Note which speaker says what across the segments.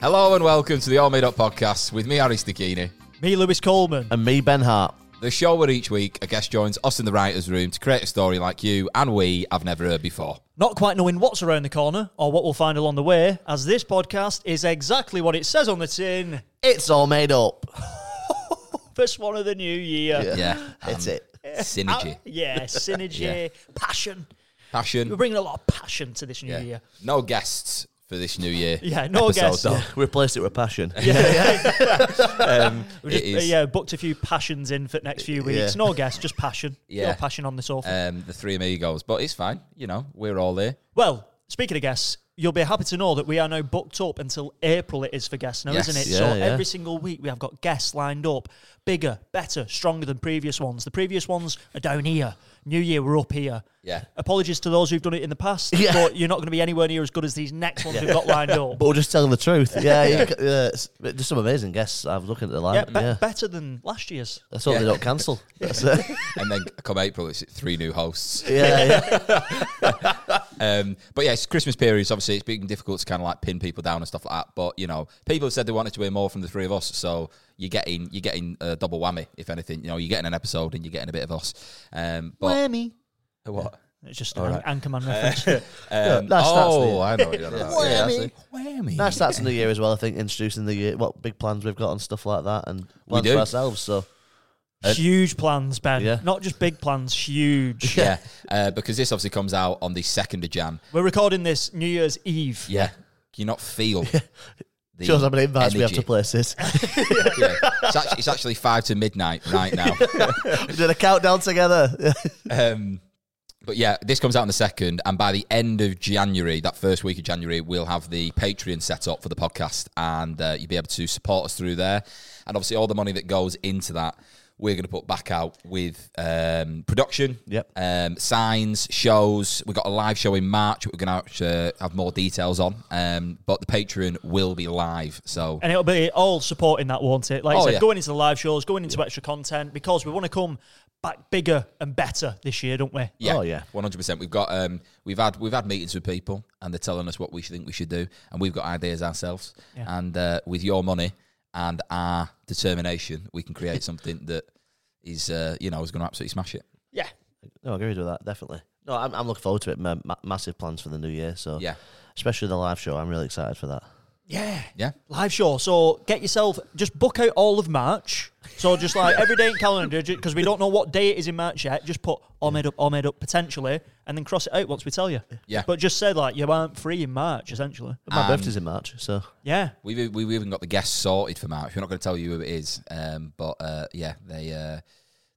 Speaker 1: Hello and welcome to the All Made Up podcast with me, Aris Dakini.
Speaker 2: Me, Lewis Coleman.
Speaker 1: Um,
Speaker 3: And me, Ben Hart.
Speaker 1: The show where each week a guest joins us in the writer's room to create a story like you and we have never heard before.
Speaker 2: Not quite knowing what's around the corner or what we'll find along the way, as this podcast is exactly what it says on the tin.
Speaker 3: It's all made up.
Speaker 2: First one of the new year. Yeah,
Speaker 1: Yeah.
Speaker 3: That's
Speaker 1: Um,
Speaker 3: it.
Speaker 1: Synergy.
Speaker 2: yeah synergy,
Speaker 1: Yeah.
Speaker 2: passion. We're
Speaker 1: Passion.
Speaker 2: bringing a lot of passion to this new
Speaker 1: Yeah.
Speaker 2: year.
Speaker 1: No guests for this new year.
Speaker 2: Yeah, no
Speaker 1: episode,
Speaker 2: guests.
Speaker 1: though. Um,
Speaker 3: Replace it with passion.
Speaker 2: We
Speaker 1: It
Speaker 2: just, uh,
Speaker 1: is.
Speaker 2: yeah, booked a few passions in for the next few weeks.
Speaker 3: Yeah.
Speaker 2: No guess, just passion.
Speaker 1: Yeah.
Speaker 2: No passion on the sofa.
Speaker 1: Um, the three amigos. But it's fine. You know, we're all here.
Speaker 2: well, speaking of guests, you'll be happy to know that we are now booked up until April. It is for guests now,
Speaker 1: Yes.
Speaker 2: isn't it?
Speaker 3: Yeah,
Speaker 2: so
Speaker 3: yeah.
Speaker 2: every single week we have got guests lined up, bigger, better, stronger than previous ones. The previous ones are down here. New Year, we're up here.
Speaker 1: Yeah.
Speaker 2: Apologies to those who've done it in the past,
Speaker 3: Yeah.
Speaker 2: but you're not going to be anywhere near as good as these next ones we've got lined up.
Speaker 3: But we're just telling the truth. Yeah, you c- yeah it's, but there's some amazing guests. I was looking at the
Speaker 2: yeah,
Speaker 3: line.
Speaker 2: be-
Speaker 3: Yeah,
Speaker 2: better than last year's.
Speaker 3: that's all
Speaker 1: Yeah.
Speaker 3: they don't cancel. That's it.
Speaker 1: And then come April, it's three new hosts.
Speaker 3: Yeah, yeah.
Speaker 1: Um, but yeah, it's Christmas period. So obviously, it's been difficult to kind of like pin people down and stuff like that. But you know, people have said they wanted to hear more from the three of us, so you're getting you're getting a double whammy, if anything. You know, you're getting an episode and you're getting a bit of us. Um, but
Speaker 3: Whammy.
Speaker 1: what?
Speaker 2: It's just an an-
Speaker 3: Uh,
Speaker 2: Anchorman reference.
Speaker 1: Um,
Speaker 3: that's- that's
Speaker 1: oh,
Speaker 3: the-
Speaker 1: I know. What you're on about.
Speaker 3: Whammy.
Speaker 1: Yeah, that's it. Whammy.
Speaker 3: Nice that's the new year as well, I think, introducing the year, what big plans we've got and stuff like that and plans
Speaker 1: do.
Speaker 3: for ourselves. So
Speaker 2: huge plans, Ben.
Speaker 3: uh, Yeah.
Speaker 2: Not just big plans, huge.
Speaker 1: yeah, uh, because this obviously comes out on the second of Jan.
Speaker 2: We're recording this New Year's Eve.
Speaker 1: Yeah, Can you not feel. the
Speaker 3: shows how many invites we have
Speaker 1: energy?
Speaker 3: to places.
Speaker 1: Yeah. It's, actually, it's actually five to midnight right now.
Speaker 3: we did a countdown together. Yeah.
Speaker 1: Um, but yeah, this comes out on the second, and by the end of January, that first week of January, we'll have the Patreon set up for the podcast, and uh, you'll be able to support us through there. And obviously, all the money that goes into that, we're going to put back out with um, production,
Speaker 3: Yep.
Speaker 1: um, signs, shows. We've got a live show in March. We're going to uh, have more details on, um, but the Patreon will be live. So
Speaker 2: And it'll be all supporting that, won't it? Like I
Speaker 1: Oh,
Speaker 2: said,
Speaker 1: yeah.
Speaker 2: going into the live shows, going into extra content, because we want to come back bigger and better this year, don't we?
Speaker 1: Yeah.
Speaker 3: Oh, yeah.
Speaker 1: One hundred percent. We've got um we've had we've had meetings with people and they're telling us what we should think we should do and we've got ideas ourselves.
Speaker 2: Yeah.
Speaker 1: And uh, with your money and our determination, we can create something that is uh, you know, is gonna absolutely smash it.
Speaker 2: Yeah.
Speaker 3: No, I agree with that, definitely. No, I'm, I'm looking forward to it. Ma- ma- massive plans for the new year. So
Speaker 1: Yeah.
Speaker 3: especially the live show. I'm really excited for that.
Speaker 2: Yeah.
Speaker 1: Yeah.
Speaker 2: Live show. So get yourself, just book out all of March. So just like every day in calendar, because we don't know what day it is in March yet, just put all made up, all made up potentially, and then cross it out once we tell you.
Speaker 1: Yeah.
Speaker 2: But just say like, you aren't free in March, essentially.
Speaker 3: My
Speaker 1: Um,
Speaker 3: birthday's in March, so
Speaker 2: Yeah.
Speaker 1: We've we've even got the guests sorted for March. We're not gonna tell you who it is. Um but uh yeah, they uh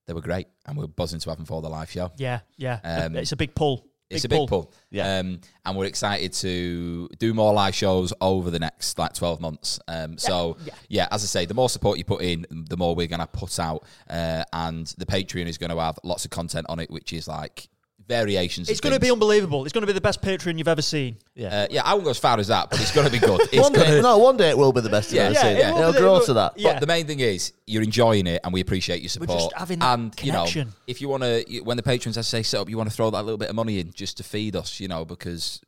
Speaker 1: they were great and we're buzzing to have them for the live show.
Speaker 2: Yeah. Yeah.
Speaker 1: Um,
Speaker 2: it's a big pull.
Speaker 1: It's a big pull.
Speaker 3: Yeah.
Speaker 1: Um, and we're excited to do more live shows over the next like 12 months. Um, so, yeah.
Speaker 2: yeah.
Speaker 1: as I say, the more support you put in, the more we're going to put out. Uh, and the Patreon is going to have lots of content on it, which is like variations.
Speaker 2: It's going to be unbelievable. It's going to be the best Patreon you've ever seen.
Speaker 3: yeah.
Speaker 1: Uh, yeah, I won't go as far as that, but it's going to be good. It's
Speaker 3: one
Speaker 1: gonna-
Speaker 3: day, no, one day it will be the best.
Speaker 1: Yeah.
Speaker 3: Yeah,
Speaker 1: Yeah,
Speaker 3: yeah,
Speaker 1: it
Speaker 3: it
Speaker 1: will
Speaker 3: will
Speaker 2: be-
Speaker 3: grow
Speaker 2: it will-
Speaker 3: to that.
Speaker 2: yeah.
Speaker 1: But the main thing is you're enjoying it, and we appreciate your
Speaker 2: We're
Speaker 1: support.
Speaker 2: just having that
Speaker 1: and you know,
Speaker 2: connection.
Speaker 1: if you want to, when the patrons, I say, set up, you want to throw that little bit of money in just to feed us, you know, because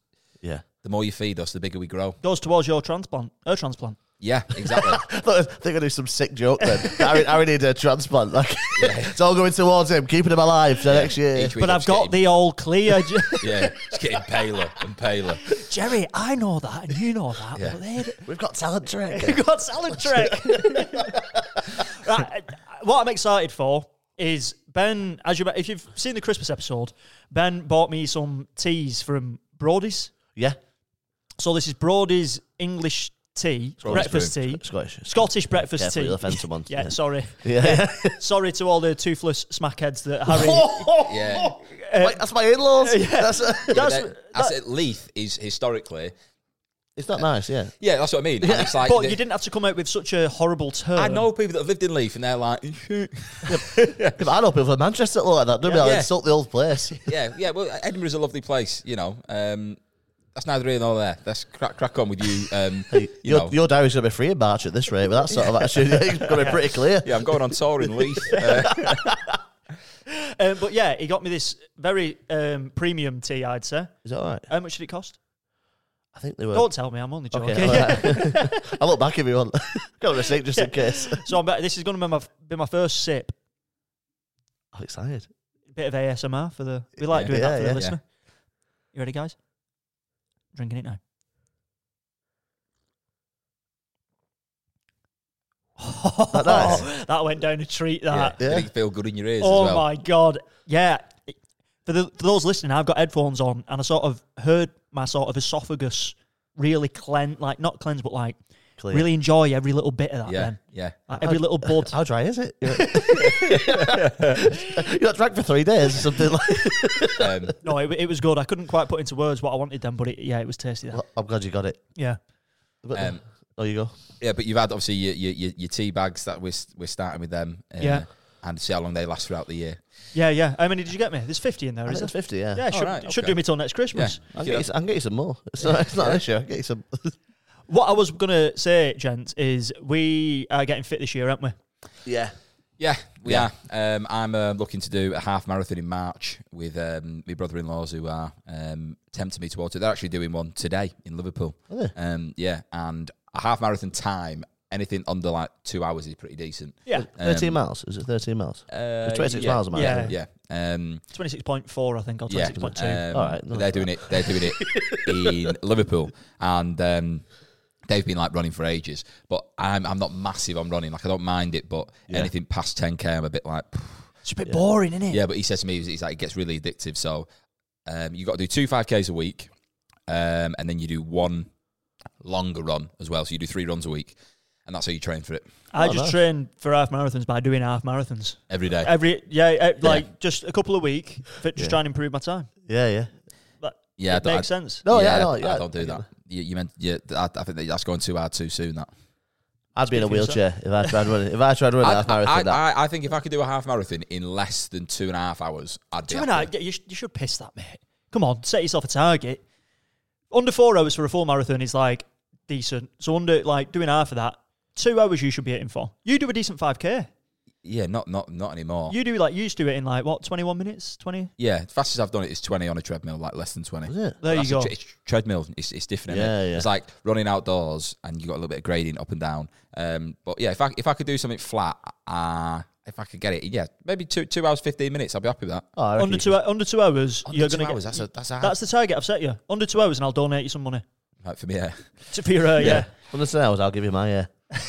Speaker 3: Yeah,
Speaker 1: the more you feed us, the bigger we grow.
Speaker 2: Goes towards your transplant, her transplant.
Speaker 1: Yeah, exactly.
Speaker 3: I thought I think I do some sick joke then. Aaron, Aaron needed a transplant. Like it's all going towards him, keeping him alive for next year.
Speaker 1: Each week
Speaker 2: But
Speaker 1: I'm
Speaker 2: I've
Speaker 1: just
Speaker 2: got
Speaker 1: getting-
Speaker 2: the all clear. Jer-
Speaker 1: Yeah, it's getting paler and paler.
Speaker 2: Jerry, I know that, and you know that.
Speaker 1: Yeah.
Speaker 2: But they
Speaker 3: We've got talent trick.
Speaker 2: you got salad trick. right, I- what I'm excited for is Ben. As you, if you've seen the Christmas episode, Ben bought me some teas from Brody's.
Speaker 3: yeah,
Speaker 2: So this is Brody's English tea,
Speaker 1: Brody's
Speaker 2: breakfast tea,
Speaker 3: Scottish.
Speaker 2: Scottish breakfast
Speaker 3: Careful,
Speaker 2: tea.
Speaker 3: you'll offend someone.
Speaker 2: Yeah,
Speaker 3: yeah.
Speaker 2: sorry.
Speaker 3: yeah.
Speaker 2: Sorry to all the toothless smackheads that Harry. Uh,
Speaker 1: Yeah.
Speaker 3: Wait, that's my in-laws. That's,
Speaker 1: But
Speaker 2: That's-
Speaker 1: then- that's it. Leith is historically.
Speaker 3: it's not nice. Yeah,
Speaker 1: Yeah, that's what I mean. And it's like
Speaker 2: But
Speaker 1: the-
Speaker 2: you didn't have to come out with such a horrible term.
Speaker 1: I know people that have lived in Leith, and they're like,
Speaker 3: Yeah, but I know people from Manchester that look like that. Don't they? I'll
Speaker 1: Yeah.
Speaker 3: insult the old place.
Speaker 1: yeah, yeah. Well, Edinburgh's a lovely place, you know. Um, that's neither here nor there. Let's crack, crack on with you. Um, you
Speaker 3: Your,
Speaker 1: know.
Speaker 3: your diary's going to be free in March at this rate with that sort of attitude. It's going to be pretty clear.
Speaker 1: yeah, I'm going on tour in Leith. Uh,
Speaker 2: Um, but yeah, he got me this very um, premium tea, I'd say.
Speaker 3: Is that all right?
Speaker 2: How much did it cost?
Speaker 3: I think they were.
Speaker 2: Don't tell me, I'm only joking.
Speaker 3: okay. I'll look back if you want. Got a receipt just in case.
Speaker 2: so I'm, bet- this is going to be my, be my first sip.
Speaker 3: I'm Oh, excited.
Speaker 2: Bit of ASMR for the. We like
Speaker 1: Yeah.
Speaker 2: doing
Speaker 3: Yeah,
Speaker 2: that for
Speaker 3: yeah.
Speaker 2: the listener. You ready, guys? Drinking it now.
Speaker 3: That nice?
Speaker 2: that went down a treat. That.
Speaker 1: Yeah.
Speaker 3: Yeah.
Speaker 1: Did it feel good in your ears
Speaker 2: Oh
Speaker 1: as well?
Speaker 2: my god! Yeah, for, the, for those listening, I've got headphones on, and I sort of heard my sort of esophagus really cleanse, like not cleanse, but like
Speaker 3: Clear.
Speaker 2: really enjoy every little bit of that.
Speaker 1: yeah,
Speaker 2: Then
Speaker 1: yeah.
Speaker 2: like, every little bud.
Speaker 3: How dry is it? You're You're not drank for three days or something like.
Speaker 1: Um,
Speaker 2: no, it, it was good. I couldn't quite put into words what I wanted then, but it, yeah, it was tasty. Then.
Speaker 3: Well, I'm glad you got it.
Speaker 2: Yeah,
Speaker 3: But,
Speaker 1: Um,
Speaker 3: oh, you go.
Speaker 1: yeah, but you've had obviously your, your, your, your tea bags that we're, s- we're starting with them. uh,
Speaker 2: Yeah.
Speaker 1: And see how long they last throughout the year.
Speaker 2: yeah, yeah. How many did you get me? There's fifty in there,
Speaker 3: I
Speaker 2: is
Speaker 3: think it's
Speaker 2: it?
Speaker 3: fifty. Yeah.
Speaker 2: Yeah, it should,
Speaker 1: right,
Speaker 2: it should
Speaker 1: okay.
Speaker 2: do me till next
Speaker 1: Yeah.
Speaker 2: Christmas.
Speaker 3: I can, get you, I can get you some more. It's not, it's not an issue. I can get you some.
Speaker 2: What I was gonna say, gents, is we are getting fit this year, aren't we?
Speaker 3: yeah.
Speaker 1: Yeah, we are. Um, I'm uh, looking to do a half marathon in March with um, my brother-in-laws who are um, tempting me towards it. They're actually doing one today in Liverpool.
Speaker 3: Are
Speaker 1: Um, yeah, and a half marathon time, anything under like two hours is pretty decent. Um,
Speaker 2: Yeah,
Speaker 3: Thirteen miles. Is it thirteen miles?
Speaker 1: Uh,
Speaker 3: It's Twenty-six
Speaker 1: yeah,
Speaker 3: miles. Am I?
Speaker 2: yeah.
Speaker 3: right?
Speaker 1: Yeah. Um,
Speaker 2: twenty six point four, I think, or twenty
Speaker 1: yeah.
Speaker 2: six point two.
Speaker 1: Um,
Speaker 3: All right,
Speaker 1: but
Speaker 3: no,
Speaker 1: they're
Speaker 3: it's
Speaker 1: doing it. They're doing it in Liverpool, and um, they've been like running for ages. But I'm I'm not massive on running. Like I don't mind it, but
Speaker 3: Yeah.
Speaker 1: anything past 10k, I'm a bit like.
Speaker 2: It's a bit boring, isn't it?
Speaker 1: Yeah, but he says to me, he's- he's like, it gets really addictive. So um, you've got to do two 5Ks a week, um, and then you do one longer run as well. So you do three runs a week, and that's how you train for it
Speaker 2: I
Speaker 3: Oh,
Speaker 2: just
Speaker 3: nice.
Speaker 2: train for half marathons by doing half marathons
Speaker 1: every day.
Speaker 2: every yeah, eh, like
Speaker 1: Yeah.
Speaker 2: just a couple a week for just
Speaker 3: Yeah.
Speaker 2: trying to improve my time.
Speaker 3: Yeah. Yeah.
Speaker 2: But
Speaker 1: Yeah, I
Speaker 2: it
Speaker 1: don't-
Speaker 2: makes sense.
Speaker 3: No. Yeah. no,
Speaker 1: I
Speaker 3: yeah.
Speaker 1: don't do that. You, you meant, yeah, th- I, I think that that's going too hard too soon. That
Speaker 3: I'd be in a
Speaker 2: Speak for
Speaker 3: wheelchair if I tried running. If I tried running
Speaker 1: I,
Speaker 3: a half marathon, that-
Speaker 1: I, I, I think if I could do a half marathon in less than two and a half hours, I'd be.
Speaker 2: Do you,
Speaker 1: happy.
Speaker 2: know, what, you, sh- you should piss that, mate. Come on, set yourself a target. Under four hours for a full marathon is like decent. So under like doing half of that, two hours you should be hitting for. You do a decent five k.
Speaker 1: Yeah, not not not anymore.
Speaker 2: You do like you used to do it in like what twenty one minutes, twenty.
Speaker 1: yeah, the fastest I've done it is twenty on a treadmill, like less than twenty.
Speaker 3: was it?
Speaker 2: There
Speaker 1: That's
Speaker 2: you
Speaker 1: a
Speaker 2: go.
Speaker 1: tre- it's treadmill. It's, it's different.
Speaker 3: Yeah,
Speaker 1: Yeah,
Speaker 3: yeah.
Speaker 1: It's like running outdoors, and you got a little bit of gradient up and down. Um, but yeah, if I if I could do something flat, uh, if I could get it, yeah, maybe two two hours fifteen minutes, I'd be happy with that.
Speaker 3: Oh, I reckon
Speaker 2: under
Speaker 3: you
Speaker 2: two hou- under two hours,
Speaker 1: Under
Speaker 2: you're
Speaker 1: two
Speaker 2: gonna
Speaker 1: hours,
Speaker 2: get.
Speaker 1: that's a that's a
Speaker 2: That's the target I've set you. Under two hours, and I'll donate you some money.
Speaker 1: like, for me. Yeah.
Speaker 2: To for your, uh, yeah,
Speaker 3: could- Under two hours, I'll give you my. Yeah.
Speaker 2: yeah.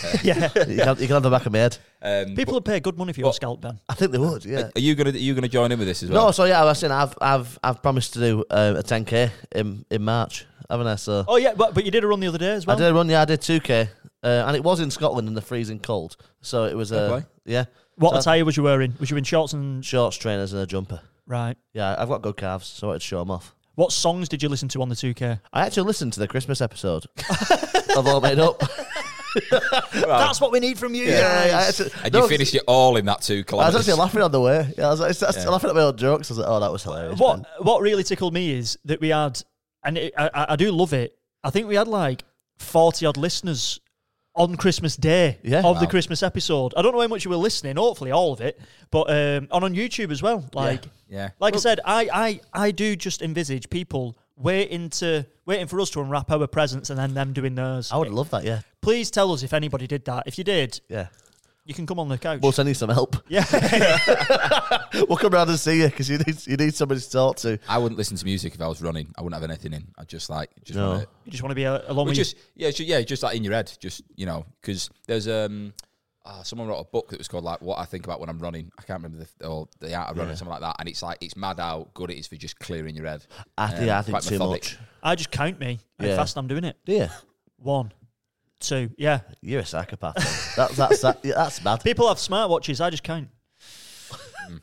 Speaker 3: You can, you can have the back of my head.
Speaker 1: Um,
Speaker 2: People would pay good money for your
Speaker 1: Well,
Speaker 2: scalp, Ben.
Speaker 3: I think they would. Yeah.
Speaker 1: but are you gonna are you gonna join in with this as well?
Speaker 3: No, so yeah, I was saying I've I've I've promised to do uh, a 10k in in March, haven't I? So
Speaker 2: Oh yeah, but, but you did a run the other day as well.
Speaker 3: I did a run. Yeah, I did 2k, uh, and it was in Scotland in the freezing cold. So it was
Speaker 1: Fair
Speaker 3: uh,
Speaker 1: play.
Speaker 3: yeah
Speaker 2: What
Speaker 3: So-
Speaker 2: attire was you wearing? Was you in shorts and sh-
Speaker 3: shorts, trainers, and a jumper.
Speaker 2: right?
Speaker 3: Yeah, I've got good calves, so I wanted to show them off.
Speaker 2: What songs did you listen to on the two K?
Speaker 3: I actually listened to the Christmas episode of All Made Up.
Speaker 2: That's what we need from you.
Speaker 3: I
Speaker 2: guys.
Speaker 3: actually-
Speaker 1: and
Speaker 3: no,
Speaker 1: you finished it all in that two
Speaker 3: I was
Speaker 1: kilometers.
Speaker 3: actually laughing on the way. Yeah, I was, I was
Speaker 1: Yeah.
Speaker 3: laughing at my own jokes. I was like, "Oh, that was hilarious."
Speaker 2: What
Speaker 3: man.
Speaker 2: What really tickled me is that we had, and it, I, I- I do love it. I think we had like forty odd listeners on Christmas Day
Speaker 3: Yeah.
Speaker 2: of the
Speaker 1: Wow.
Speaker 2: Christmas episode. I don't know how much you were listening. Hopefully, all of it, but um, and on YouTube as well. Like.
Speaker 1: yeah.
Speaker 2: Like I said, I, I, I do just envisage people waiting to waiting for us to unwrap our presents and then them doing theirs.
Speaker 3: I would love that. Yeah,
Speaker 2: Please tell us if anybody did that. If you did,
Speaker 3: yeah.
Speaker 2: you can come on the couch.
Speaker 3: But I need some help.
Speaker 2: yeah,
Speaker 3: We'll come round and see you because you need you need somebody to talk to.
Speaker 1: I wouldn't listen to music if I was running. I wouldn't have anything in. I just like just
Speaker 3: No.
Speaker 1: want to
Speaker 2: you just want to be a- along
Speaker 1: Well,
Speaker 2: with
Speaker 1: just yeah, ju- yeah, just like in your head, just you know, because there's um, ah, someone wrote a book that was called like "What I Think About When I'm Running." I can't remember the or the art of running, something like that. And it's like it's mad how good it is for just clearing your head.
Speaker 3: I,
Speaker 1: Um,
Speaker 3: think yeah, I think
Speaker 1: quite
Speaker 3: too
Speaker 1: methodic.
Speaker 3: much.
Speaker 2: you. I just count me how
Speaker 3: Yeah.
Speaker 2: fast I'm doing it.
Speaker 3: Do you?
Speaker 2: One, two, yeah.
Speaker 3: You're a psychopath. man. that's that's that, yeah, that's mad.
Speaker 2: People have smartwatches. I just count.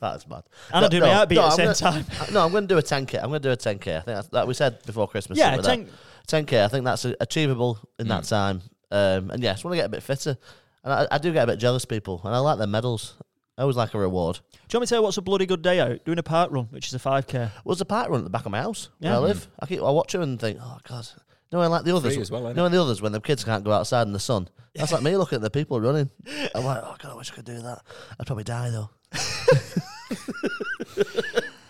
Speaker 3: That's mad.
Speaker 2: And I do my heartbeat at the
Speaker 3: I'm
Speaker 2: same
Speaker 3: gonna-
Speaker 2: time.
Speaker 3: I- No, I'm going to do a 10k. I'm going to do a 10k. I think that's, that we said before Christmas.
Speaker 2: Yeah,
Speaker 3: something like
Speaker 2: 10
Speaker 3: that. 10k. I think that's a- achievable in that time. Um, and yeah, I just want to get a bit fitter. And I, I do get a bit jealous, of people, and I like their medals. I always like a reward.
Speaker 2: Do you want me to tell you what's a bloody good day out? Doing a park run, which is a 5K.
Speaker 3: Was the park run at the back of my house
Speaker 2: Yeah.
Speaker 3: where I live? I keep I watch them and think, oh god. No, I like the others.
Speaker 1: free as well, ain't
Speaker 3: no, and the others when the kids can't go outside in the sun. That's like me looking at the people running. I'm like, oh god, I wish I could do that. I'd probably die though.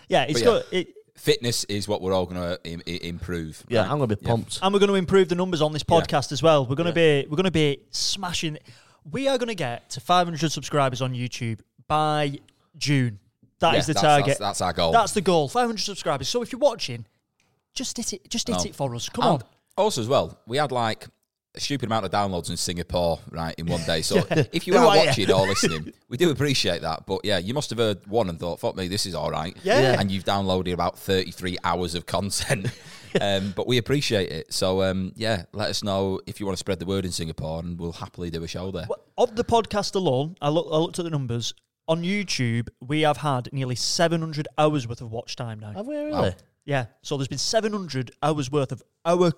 Speaker 2: Yeah, it's
Speaker 1: But
Speaker 2: good. It,
Speaker 1: fitness is what we're all going to Im- i- improve.
Speaker 3: Yeah,
Speaker 1: right?
Speaker 3: I'm gonna be
Speaker 1: Yeah.
Speaker 3: pumped.
Speaker 2: and we're going to improve the numbers on this podcast as well. We're going to be we're going to be smashing. We are going to get to 500 subscribers on YouTube by June. That is
Speaker 1: Yeah,
Speaker 2: the
Speaker 1: that's-
Speaker 2: target.
Speaker 1: That's, that's our goal.
Speaker 2: That's the goal. 500 subscribers. So if you're watching, just hit it. Just hit
Speaker 1: No.
Speaker 2: it for us. Come
Speaker 1: And
Speaker 2: on.
Speaker 1: Also, as well, we had like a stupid amount of downloads in Singapore, right, in one day. So if you
Speaker 2: Who
Speaker 1: are
Speaker 2: are ya?
Speaker 1: watching or listening, we do appreciate that. But yeah, you must have heard one and thought, fuck me, this is all right.
Speaker 2: Yeah. Yeah.
Speaker 1: And you've downloaded about 33 hours of content. um, but we appreciate it. So um, yeah, let us know if you want to spread the word in Singapore and we'll happily do a show there.
Speaker 2: Well, Of the podcast alone, I, look, I looked at the numbers on YouTube. We have had nearly 700 hours worth of watch time now.
Speaker 3: Have we really?
Speaker 1: Wow.
Speaker 2: Yeah. So there's been 700 hours worth of our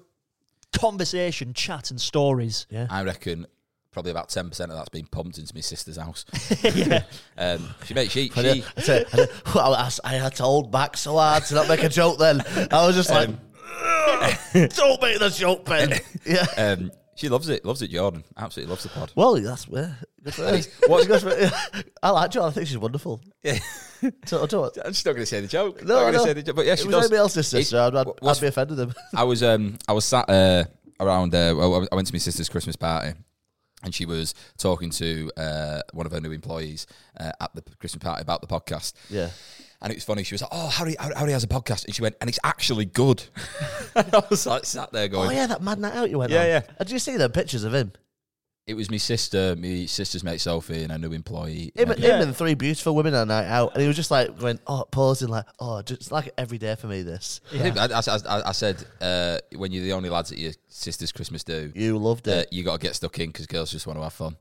Speaker 2: conversation, chat, and stories.
Speaker 1: I reckon probably about 10% of that's been pumped into my sister's house.
Speaker 2: yeah.
Speaker 1: Um, she, mate, she, she,
Speaker 3: I, did- I, did- I, did- well, I s- I had to hold back so hard to not make a joke. Then I was just
Speaker 1: Um,
Speaker 3: like, "Don't make the joke, Ben." yeah.
Speaker 1: um, she loves it, loves it, Jordan. Absolutely loves the pod.
Speaker 3: Well, that's where. Good for her.
Speaker 1: What-
Speaker 3: Good for her. I like Joel. I think she's wonderful. Yeah. So, I don't-
Speaker 1: I'm just not going to say the joke.
Speaker 3: No,
Speaker 1: not going to
Speaker 3: no.
Speaker 1: say the joke. But yeah,
Speaker 3: if
Speaker 1: she
Speaker 3: it
Speaker 1: does.
Speaker 3: was anybody else's sister,
Speaker 1: It-
Speaker 3: I'd, I'd,
Speaker 1: what's-
Speaker 3: I'd be offended with them.
Speaker 1: I was um I was sat uh, around. Uh, well, I went to my sister's Christmas party, and she was talking to uh, one of her new employees uh, at the Christmas party about the podcast.
Speaker 3: Yeah.
Speaker 1: And it was funny. She was like, "Oh, Harry, Harry Harry has a podcast," and she went, "And it's actually good." and I was like, sat there going,
Speaker 3: Oh yeah, that mad night out you went
Speaker 1: Yeah,
Speaker 3: on. Uh,
Speaker 1: yeah.
Speaker 3: Did you see the pictures of him?
Speaker 1: "It was my sister, my sister's mate Sophie, and her new employee."
Speaker 3: Him,
Speaker 1: And-
Speaker 3: him and three beautiful women on a night out, and he was just like going, "Oh, pausing, like, oh, just like every day for me. This,
Speaker 1: I, think I, I- I- I said, uh, "When you're the only lads at your sister's Christmas do,
Speaker 3: you loved
Speaker 1: uh,
Speaker 3: it.
Speaker 1: you got to get stuck in because girls just want to have fun."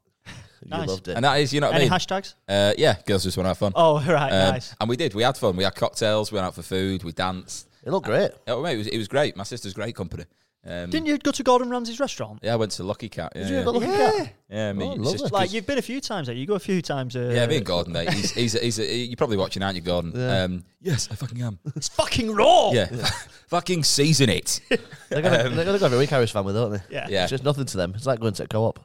Speaker 3: You
Speaker 2: nice.
Speaker 3: loved it.
Speaker 1: And that is, you know what I
Speaker 2: Any
Speaker 1: mean?
Speaker 2: hashtags?
Speaker 1: Uh, yeah, girls just want to have fun.
Speaker 2: Oh, right.
Speaker 1: Um,
Speaker 2: nice.
Speaker 1: And we did. We had fun. We had cocktails. We went out for food. We danced.
Speaker 3: It looked great.
Speaker 1: Oh, mate, it was, it was great. My sister's great company. Um,
Speaker 2: Didn't you go to Gordon Ramsay's restaurant?
Speaker 1: yeah, I went to Lucky Cat. Yeah,
Speaker 3: Did you
Speaker 1: yeah.
Speaker 3: have a look at that?
Speaker 1: yeah me,
Speaker 3: Oh,
Speaker 1: my
Speaker 3: lovely.
Speaker 1: sister-
Speaker 2: Like you've been a few times. There, you go a few times. Uh,
Speaker 1: yeah, me and Gordon, mate. He's, he's, a, he's a, you're probably watching, aren't you, Gordon?
Speaker 3: Yeah.
Speaker 1: Um, yes, I fucking am.
Speaker 2: It's fucking raw.
Speaker 1: Yeah, fucking season it.
Speaker 3: They're gonna, they're gonna go every week Irish family, don't they?
Speaker 2: Yeah.
Speaker 1: Um, Yeah,
Speaker 3: It's just nothing to them. It's like going to a co-op.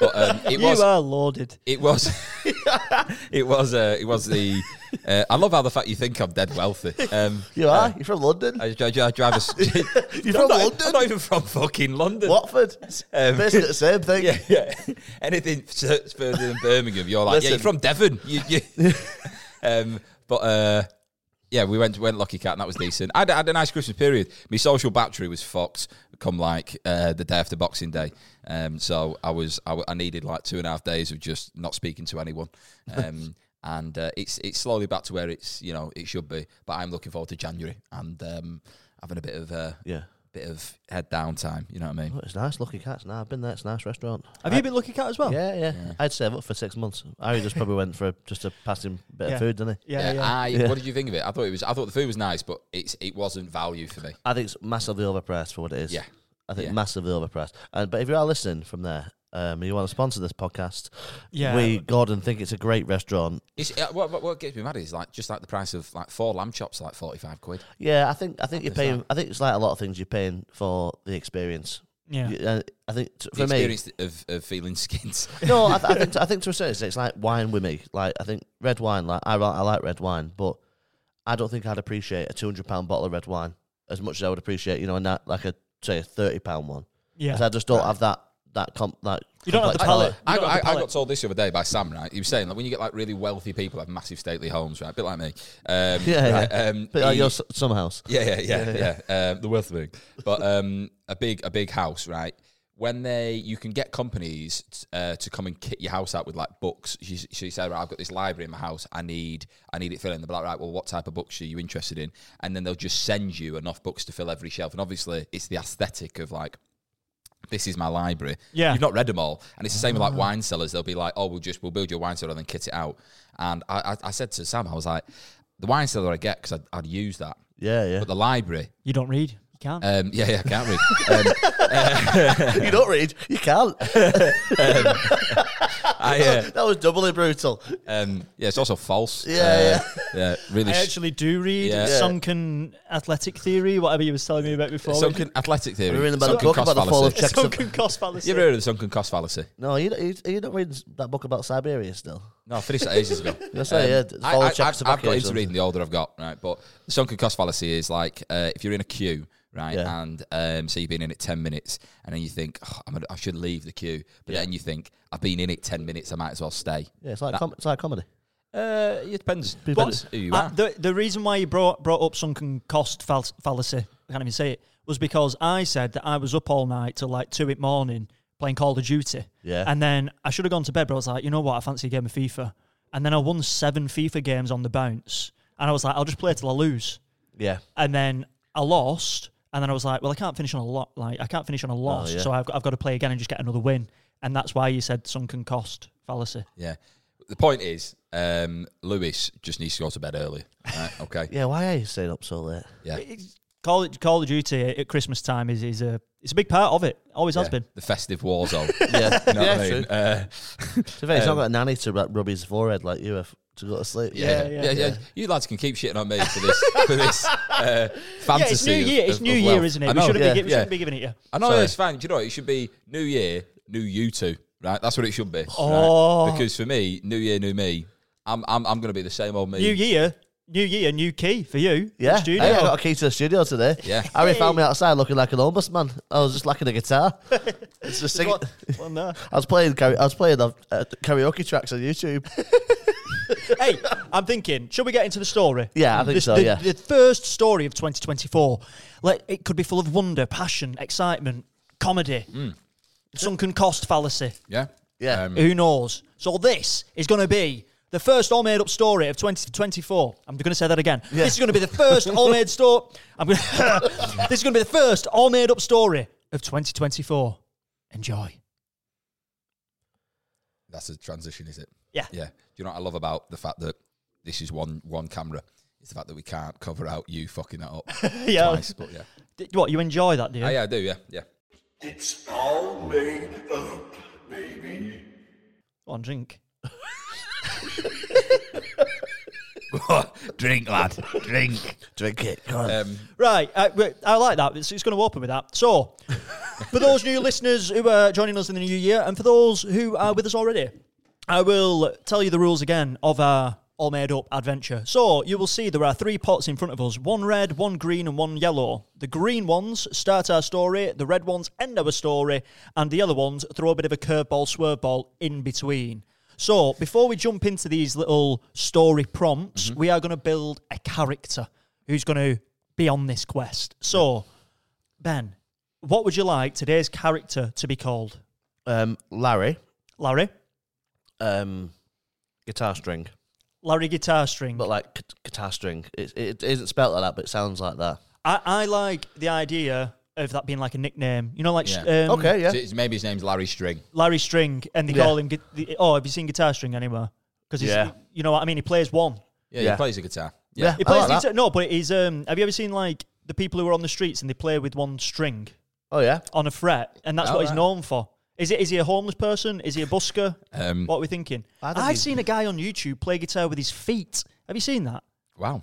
Speaker 1: but um, it
Speaker 2: You
Speaker 1: was
Speaker 2: are loaded.
Speaker 1: It was. it was. Uh, it was the. Uh, I love how the fact you think I'm dead wealthy. Um,
Speaker 3: You are. You're from London.
Speaker 1: I, I, I drive a. s-
Speaker 3: You're
Speaker 1: I'm
Speaker 3: from
Speaker 1: not,
Speaker 3: London.
Speaker 1: I'm not even from fucking London.
Speaker 3: Watford.
Speaker 1: Um,
Speaker 3: Basically the same thing.
Speaker 1: Yeah, yeah. Anything s- further than Birmingham, you're like, yeah, you're
Speaker 3: Listen.
Speaker 1: from Devon. You, you. um, but uh, yeah, we went went Lucky Cat, and that was decent. I had, I had a nice Christmas period. My social battery was fucked come like uh, the day after Boxing Day, um, so I was I, w- I needed like two and a half days of just not speaking to anyone. Um, And uh, it's it's slowly back to where it's you know it should be, but I'm looking forward to January and um, having a bit of uh,
Speaker 3: Yeah.
Speaker 1: bit of head down time. You know what I mean?
Speaker 3: Oh, it's nice. Lucky Cats. Nah, I've been there. It's a nice restaurant.
Speaker 2: Have you been looking cat as
Speaker 1: Oh.
Speaker 2: well?
Speaker 3: Yeah, yeah, I'd save up for six months. Harry just probably went for a, just a passing bit
Speaker 2: Yeah.
Speaker 3: of food, didn't he?
Speaker 2: Yeah, yeah.
Speaker 1: I, What did you think of it? I thought it was. I thought the food was nice, but it's it wasn't value for me.
Speaker 3: I think it's massively overpriced for what it is.
Speaker 1: Yeah.
Speaker 3: I think
Speaker 1: Yeah.
Speaker 3: massively overpriced. And but if you are listening from there, um, you want to sponsor this podcast,
Speaker 2: Yeah.
Speaker 3: we Gordon think it's a great restaurant.
Speaker 1: It's, uh, what, what, what gets me mad is like just like the price of like four lamb chops, like forty five quid.
Speaker 3: Yeah, I think I think you're
Speaker 1: Is that-
Speaker 3: paying. I think it's like a lot of things you're paying for the experience.
Speaker 2: Yeah.
Speaker 3: You- uh, I think t-
Speaker 1: The
Speaker 3: for me,
Speaker 1: experience of, of feeling skint.
Speaker 3: no, I, th- I think I think to a certain extent it's like wine with me. Like I think red wine, like I, li- I like red wine, but I don't think I'd appreciate a two hundred pound bottle of red wine as much as I would appreciate, you know, a na- like a say a thirty pound one.
Speaker 2: Yeah.
Speaker 3: 'Cause I just don't have that that comp that.
Speaker 2: You don't have
Speaker 3: complex
Speaker 2: the palate.
Speaker 1: I got,
Speaker 2: You don't
Speaker 1: I,
Speaker 2: have the
Speaker 1: I
Speaker 2: palate.
Speaker 1: got told this the other day by Sam, right? He was saying like when you get like really wealthy people have massive stately homes, right? A bit like me. Um,
Speaker 3: Yeah,
Speaker 1: right,
Speaker 3: yeah.
Speaker 1: um,
Speaker 3: But like
Speaker 1: he-
Speaker 3: your s- some house.
Speaker 1: Yeah, yeah, yeah, yeah. Um, the wealth thing, but um, a big, a big house, right? When they, you can get companies uh, to come and kit your house out with like books. She, she said, right, "I've got this library in my house. I need, I need it filling." They're like, "Right, well, what type of books are you interested in?" And then they'll just send you enough books to fill every shelf. And obviously, it's the aesthetic of like. This is my library.
Speaker 2: Yeah.
Speaker 1: you've not read them all, and it's the same with like wine cellars. They'll be like, "Oh, we'll just we'll build your wine cellar and then kit it out." And I, I, I said to Sam, I was like, "The wine cellar I get because I'd, I'd use that,
Speaker 3: Yeah, yeah.
Speaker 1: but the library
Speaker 2: You don't read. You can't.
Speaker 1: um, yeah, yeah, I can't read. Um,
Speaker 3: you don't read, you can't.
Speaker 1: I, uh,
Speaker 3: that was doubly brutal.
Speaker 1: um, yeah, it's also false.
Speaker 3: Yeah,
Speaker 1: Uh, yeah, really.
Speaker 2: I
Speaker 1: Sh-
Speaker 2: actually do read
Speaker 1: Yeah.
Speaker 2: sunken athletic theory, whatever you were telling me about before.
Speaker 1: sunken athletic theory.
Speaker 3: We were reading about a
Speaker 1: sunken
Speaker 3: book
Speaker 1: cost
Speaker 3: about the fall of
Speaker 1: fallacy.
Speaker 3: Czech-
Speaker 2: sunken cost fallacy.
Speaker 1: You ever heard of the sunken cost fallacy?
Speaker 3: No, you, you, you not reading that book about Siberia still?
Speaker 1: No, I finished that ages ago.
Speaker 3: That's right, yeah,
Speaker 1: Um, I,
Speaker 3: follow
Speaker 1: I,
Speaker 3: Czech
Speaker 1: I've, I've
Speaker 3: Slovakia
Speaker 1: got
Speaker 3: or
Speaker 1: into
Speaker 3: something.
Speaker 1: reading the older I've got, right? But the sunken cost fallacy is like uh, if you're in a queue, right,
Speaker 3: Yeah.
Speaker 1: and um, say you've been in it 10 minutes, and then you think, "Oh, I'm gonna, I should leave the queue. But then you think, I've been in it 10 minutes, I might as well stay.
Speaker 3: Yeah, it's like com- it's like comedy.
Speaker 1: Uh, it depends.
Speaker 3: Depends
Speaker 1: who you
Speaker 2: Uh,
Speaker 1: are.
Speaker 2: the the reason why you brought brought up sunken cost fal- fallacy, I can't even say it, was because I said that I was up all night till like two in the morning playing Call of Duty.
Speaker 3: Yeah.
Speaker 2: And then I should have gone to bed, but I was like, you know what, I fancy a game of FIFA. And then I won seven FIFA games on the bounce, and I was like, I'll just play till I lose.
Speaker 3: Yeah,
Speaker 2: And then I lost, and then I was like, well, I can't finish on a lot. Like I can't finish
Speaker 1: Oh,
Speaker 2: on a loss,
Speaker 3: yeah.
Speaker 2: so I've got, I've got to play again and just get another win. And that's why you said sunken cost fallacy.
Speaker 1: Yeah. The point is, um, Lewis just needs to go to bed early. Right? Okay.
Speaker 3: yeah. Why are you staying up so late?
Speaker 1: Yeah.
Speaker 2: It's- Call it Call of Duty at Christmas time is is a it's a big part of it. Always has
Speaker 1: Yeah.
Speaker 2: been.
Speaker 1: The festive war zone.
Speaker 3: Yeah,
Speaker 1: You know what
Speaker 3: yeah,
Speaker 1: I mean?
Speaker 3: true.
Speaker 1: Uh,
Speaker 3: To be fair, he's
Speaker 1: Um,
Speaker 3: not got a nanny to like, rub his forehead like you have to go to sleep.
Speaker 1: yeah, yeah, yeah,
Speaker 2: yeah.
Speaker 1: You lads can keep shitting on me for this for this uh,
Speaker 2: Yeah, it's
Speaker 1: fantasy.
Speaker 2: New
Speaker 1: of-
Speaker 2: Year. It's
Speaker 1: of-
Speaker 2: New
Speaker 1: of
Speaker 2: Year,
Speaker 1: wealth.
Speaker 2: isn't
Speaker 1: I
Speaker 2: it?
Speaker 1: know,
Speaker 2: we shouldn't,
Speaker 1: yeah,
Speaker 2: be, gi- we
Speaker 1: yeah.
Speaker 2: shouldn't be giving it you.
Speaker 1: I know
Speaker 3: Sorry.
Speaker 1: it's fine. Do you know what? It should be New Year, New You Two. Right, that's what it should be. right?
Speaker 2: Oh.
Speaker 1: because for me, New Year, New Me. I'm I'm I'm gonna be the same old me.
Speaker 2: New Year, New Year, new key for you.
Speaker 3: Yeah,
Speaker 2: The studio.
Speaker 3: Hey, I got a key to the studio today.
Speaker 1: Yeah.
Speaker 3: Harry found me outside looking like an homeless man. I was just lacking a guitar. it's just singing.
Speaker 2: What- well, no.
Speaker 3: I was playing. Karaoke, I was playing uh, karaoke tracks on YouTube.
Speaker 2: hey, I'm thinking, should we get into the story?
Speaker 3: Yeah, I think
Speaker 2: This-
Speaker 3: so,
Speaker 2: The,
Speaker 3: yeah.
Speaker 2: the first story of 2024, like it could be full of wonder, passion, excitement, comedy,
Speaker 3: Mm.
Speaker 2: sunken cost fallacy.
Speaker 1: Yeah.
Speaker 3: Yeah.
Speaker 1: Um,
Speaker 2: Who knows? So this is going to be the first all made up story of 2024. I'm going to say that again. This is going to be the first all made story. I'm going. this is going to be the first all made up story of 2024. Enjoy.
Speaker 1: That's a transition, is it?
Speaker 2: Yeah.
Speaker 1: Yeah. Do you know what I love about the fact that this is one one camera? It's the fact that we can't cover out you fucking that up
Speaker 2: Yeah.
Speaker 1: twice. But yeah.
Speaker 2: D- What you enjoy that, do you?
Speaker 1: Oh, yeah, I do. Yeah, yeah.
Speaker 4: It's all made up, baby.
Speaker 2: Go on, drink.
Speaker 1: drink, lad. Drink.
Speaker 3: Drink it. Go on.
Speaker 1: Um,
Speaker 2: Right, uh, wait, I like that. It's, it's going to open with that. So, for those new listeners who are joining us in the new year, and for those who are with us already, I will tell you the rules again of our all made up adventure. So, you will see there are three pots in front of us one red, one green, and one yellow. The green ones start our story, the red ones end our story, and the yellow ones throw a bit of a curveball, swerve ball in between. So, before we jump into these little story prompts, we are going to build a character who's going to be on this quest. So, Ben, what would you like today's character to be called?
Speaker 3: Um, Larry,
Speaker 2: Larry?
Speaker 3: um, guitar string,
Speaker 2: Larry Guitar String.
Speaker 3: but like gu- guitar string. It, it isn't spelt like that, but it sounds like that.
Speaker 2: I, I like the idea of that being like a nickname. You know, like
Speaker 1: Yeah.
Speaker 2: um,
Speaker 3: okay, yeah.
Speaker 1: so it's- maybe his name's Larry String.
Speaker 2: Larry String, and they
Speaker 3: Yeah.
Speaker 2: call him. Gu- the, oh, have you seen Guitar String anywhere? Because
Speaker 3: Yeah.
Speaker 2: you know what I mean. He plays one.
Speaker 1: Yeah, he
Speaker 3: Yeah.
Speaker 1: plays the guitar.
Speaker 3: Yeah.
Speaker 2: He
Speaker 3: I
Speaker 2: plays
Speaker 3: like that.
Speaker 2: guitar- no, but he's. Um, have you ever seen like the people who are on the streets and they play with one string
Speaker 3: Oh yeah.
Speaker 2: on a fret, and that's
Speaker 1: Oh,
Speaker 2: what he's
Speaker 1: right.
Speaker 2: known for? Is it? Is he a homeless person? Is he a busker?
Speaker 1: Um,
Speaker 2: What are we thinking?
Speaker 3: I don't
Speaker 2: I've
Speaker 3: even-
Speaker 2: seen a guy on YouTube play guitar with his feet. Have you seen that?
Speaker 1: Wow.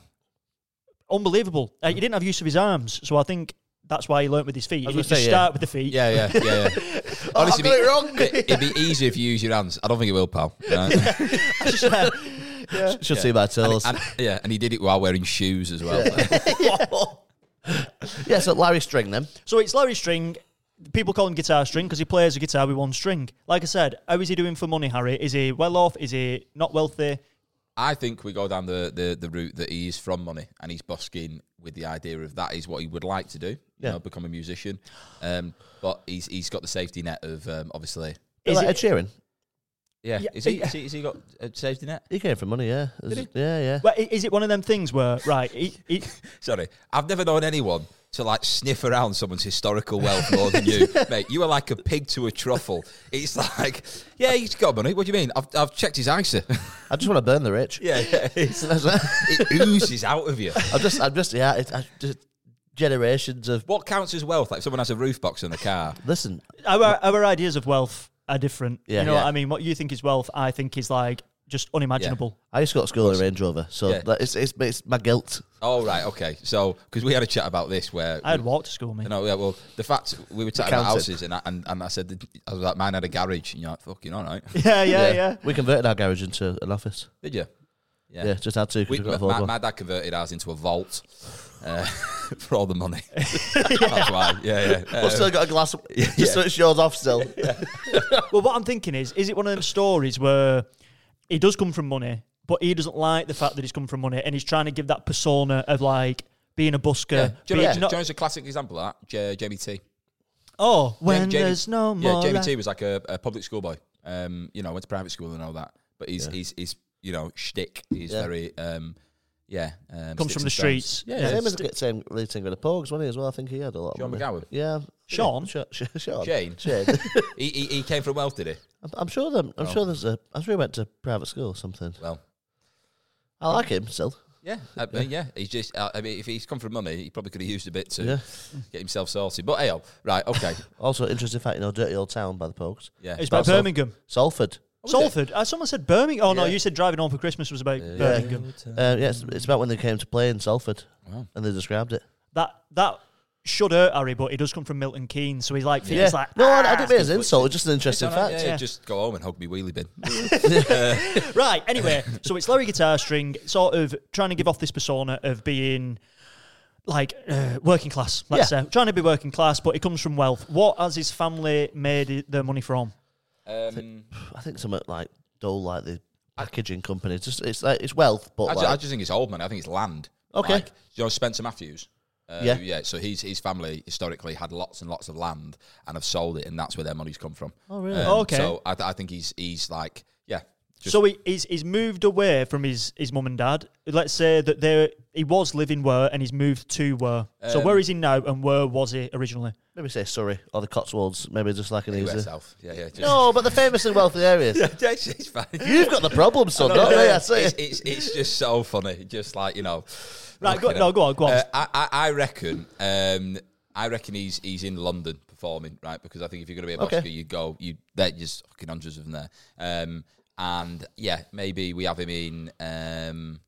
Speaker 2: Unbelievable. Uh, he didn't have use of his arms, so I think that's why he learnt with his feet.
Speaker 3: I was
Speaker 2: He would
Speaker 3: gonna
Speaker 2: just
Speaker 3: say, yeah.
Speaker 2: start with the feet.
Speaker 1: Yeah, yeah, yeah. yeah. Honestly, it'd
Speaker 3: got
Speaker 1: be-
Speaker 3: it wrong.
Speaker 1: it- It'd be easier if you use your hands. I don't think it will, pal. Right?
Speaker 2: Just, uh,
Speaker 3: Should see my toes.
Speaker 1: and, yeah, and he did it while wearing shoes as well.
Speaker 3: yeah, so Larry string then.
Speaker 2: so it's Larry String. People call him Guitar String because he plays a guitar with one string. Like I said, how is he doing for money, Harry? Is he well off? Is he not wealthy?
Speaker 1: I think we go down the, the, the route that he is from money and he's busking with the idea of that is what he would like to do, you
Speaker 3: Yeah.
Speaker 1: know, become a musician. Um, but he's he's got the safety net of um, obviously.
Speaker 2: Is
Speaker 3: like
Speaker 2: it-
Speaker 3: Ed Sheeran.
Speaker 1: Yeah.
Speaker 2: Yeah,
Speaker 1: Is, he,
Speaker 2: yeah.
Speaker 1: is, he, is he got a safety net?
Speaker 3: He came from money, yeah.
Speaker 1: Did
Speaker 3: Yeah, yeah.
Speaker 2: Well, i- is it one of them things where right? He, he,
Speaker 1: Sorry, I've never known anyone to like sniff around someone's historical wealth more than you, mate. You are like a pig to a truffle. It's like, yeah, he's got money. What do you mean? I've, I've checked his E. ISA.
Speaker 3: I just want to burn the rich.
Speaker 1: yeah, yeah, it's-
Speaker 3: That's it.
Speaker 1: it oozes out of you.
Speaker 3: I'm just, I'm just, yeah. It, I just, generations of
Speaker 1: What counts as wealth? Like if someone has a roof box and a car.
Speaker 3: listen.
Speaker 2: our, our ideas of wealth are different.
Speaker 3: Yeah.
Speaker 2: you know
Speaker 1: Yeah.
Speaker 2: what I mean? What you think is wealth, I think is like just unimaginable.
Speaker 3: I used to go to school in a Range Rover, so
Speaker 1: Yeah.
Speaker 3: that- it's, it's it's my guilt.
Speaker 1: Oh right, okay. So because we had a chat about this where
Speaker 2: I had walked to school, mate.
Speaker 1: No, yeah, well, the fact we were chatting about
Speaker 3: counted.
Speaker 1: houses, and I, and, and I said, that- I was like, mine had a garage, and you're like, fucking all right.
Speaker 2: Yeah, yeah, yeah.
Speaker 3: We converted our garage into an office.
Speaker 1: Did you?
Speaker 3: Yeah, just had to. 'cause
Speaker 1: We,
Speaker 3: we, got
Speaker 1: my,
Speaker 3: a Volvo.
Speaker 1: my, my dad converted ours into a vault uh, for all the money. That's why. Yeah, yeah.
Speaker 3: I've
Speaker 1: Uh,
Speaker 3: still got a glass. Just so it's yours off still.
Speaker 2: Well, what I'm thinking is, is it one of them stories where he does come from money, but he doesn't like the fact that he's come from money, and he's trying to give that persona of like being a busker.
Speaker 1: yeah. Do you know,
Speaker 2: being
Speaker 1: do you
Speaker 2: not-
Speaker 1: know who's a classic example of that? J- JBT.
Speaker 2: oh, when
Speaker 1: Jamie-
Speaker 2: there's no
Speaker 1: Yeah,
Speaker 2: more.
Speaker 1: JBT
Speaker 2: left.
Speaker 1: was like a, a public school boy. Um, you know, went to private school and all that. But he's he's, he's you know shtick. He's
Speaker 3: Yeah.
Speaker 1: very um, yeah. Um,
Speaker 2: Comes
Speaker 1: sticks and
Speaker 2: from the
Speaker 1: stones.
Speaker 2: streets.
Speaker 1: Yeah,
Speaker 2: Yeah.
Speaker 1: yeah.
Speaker 3: Same as the same lead singer of the Pogues, wasn't he? As well, I think he had a lot. of
Speaker 1: John
Speaker 3: money.
Speaker 1: McGowan?
Speaker 3: Yeah.
Speaker 2: Sean?
Speaker 3: Sh- sh- Sean.
Speaker 1: Shane?
Speaker 3: Shane.
Speaker 1: He, he he came from wealth, did he?
Speaker 3: I'm, I'm sure. Them, I'm sure there's a. I'm sure he went to private school or something.
Speaker 1: Well,
Speaker 3: I like him still.
Speaker 1: Yeah, I mean, yeah. He's just. Uh, I mean, if he's come from money, he probably could have used a bit to
Speaker 3: Yeah.
Speaker 1: get himself sorted. But hey, oh, right, okay,
Speaker 3: Also, interesting fact, you know, Dirty Old Town by the Pogues.
Speaker 1: yeah.
Speaker 2: It's by
Speaker 3: That's all.
Speaker 2: Birmingham,
Speaker 3: Salford.
Speaker 2: Salford. Uh, someone said Birmingham. Oh no,
Speaker 1: Yeah.
Speaker 2: you said driving home for Christmas was about Birmingham.
Speaker 3: Uh, yeah, it's, it's about when they came to play in Salford,
Speaker 1: Wow.
Speaker 3: and they described it.
Speaker 2: That that should hurt Harry, but he does come from Milton Keynes, so he's like, he's like,
Speaker 3: no, I, I
Speaker 2: "Ah."
Speaker 3: didn't mean it as an insult. It's just an interesting
Speaker 1: All right,
Speaker 3: fact.
Speaker 1: yeah,
Speaker 2: yeah.
Speaker 1: Just go home and hug me wheelie bin.
Speaker 2: right. Anyway, so it's Larry Guitar String, sort of trying to give off this persona of being like uh, working class. Let's
Speaker 3: Yeah.
Speaker 2: say trying to be working class, but he comes from wealth. What has his family made i- their money from?
Speaker 1: Um,
Speaker 3: I think something like Dole, like the packaging company. It's just it's like it's wealth, but
Speaker 1: I, ju-
Speaker 3: like,
Speaker 1: I just think it's old man. I think it's land.
Speaker 3: Okay.
Speaker 1: Like, you know, Spencer Matthews. Uh,
Speaker 3: Yeah.
Speaker 1: yeah. So his his family historically had lots and lots of land and have sold it, and that's where their money's come from. Oh,
Speaker 3: really?
Speaker 2: Okay.
Speaker 1: So I, th- I think he's he's like yeah. Just,
Speaker 2: so he, he's he's moved away from his his mum and dad. Let's say that they he was living where and he's moved to where. so where is he now and where was he originally?
Speaker 3: maybe say Surrey or the Cotswolds. Maybe just like an
Speaker 1: US
Speaker 3: easy.
Speaker 1: South. Yeah, yeah. Just,
Speaker 3: No, but the famously wealthy areas.
Speaker 1: yeah, it's- it's fine.
Speaker 3: You've got the problem, son. Not me. I
Speaker 1: it's,
Speaker 3: say. it.
Speaker 1: it's, it's just so funny. Just like you know,
Speaker 2: Right, go-
Speaker 1: fucking
Speaker 2: no,
Speaker 1: hell.
Speaker 2: go on, go on.
Speaker 1: Uh, I, I, I reckon. Um, I reckon he's he's in London performing, right? Because I think if you're going to be a
Speaker 3: Okay.
Speaker 1: busker, you go. You there, just fucking hundreds of them there. Um, and yeah, maybe we have him in. Um,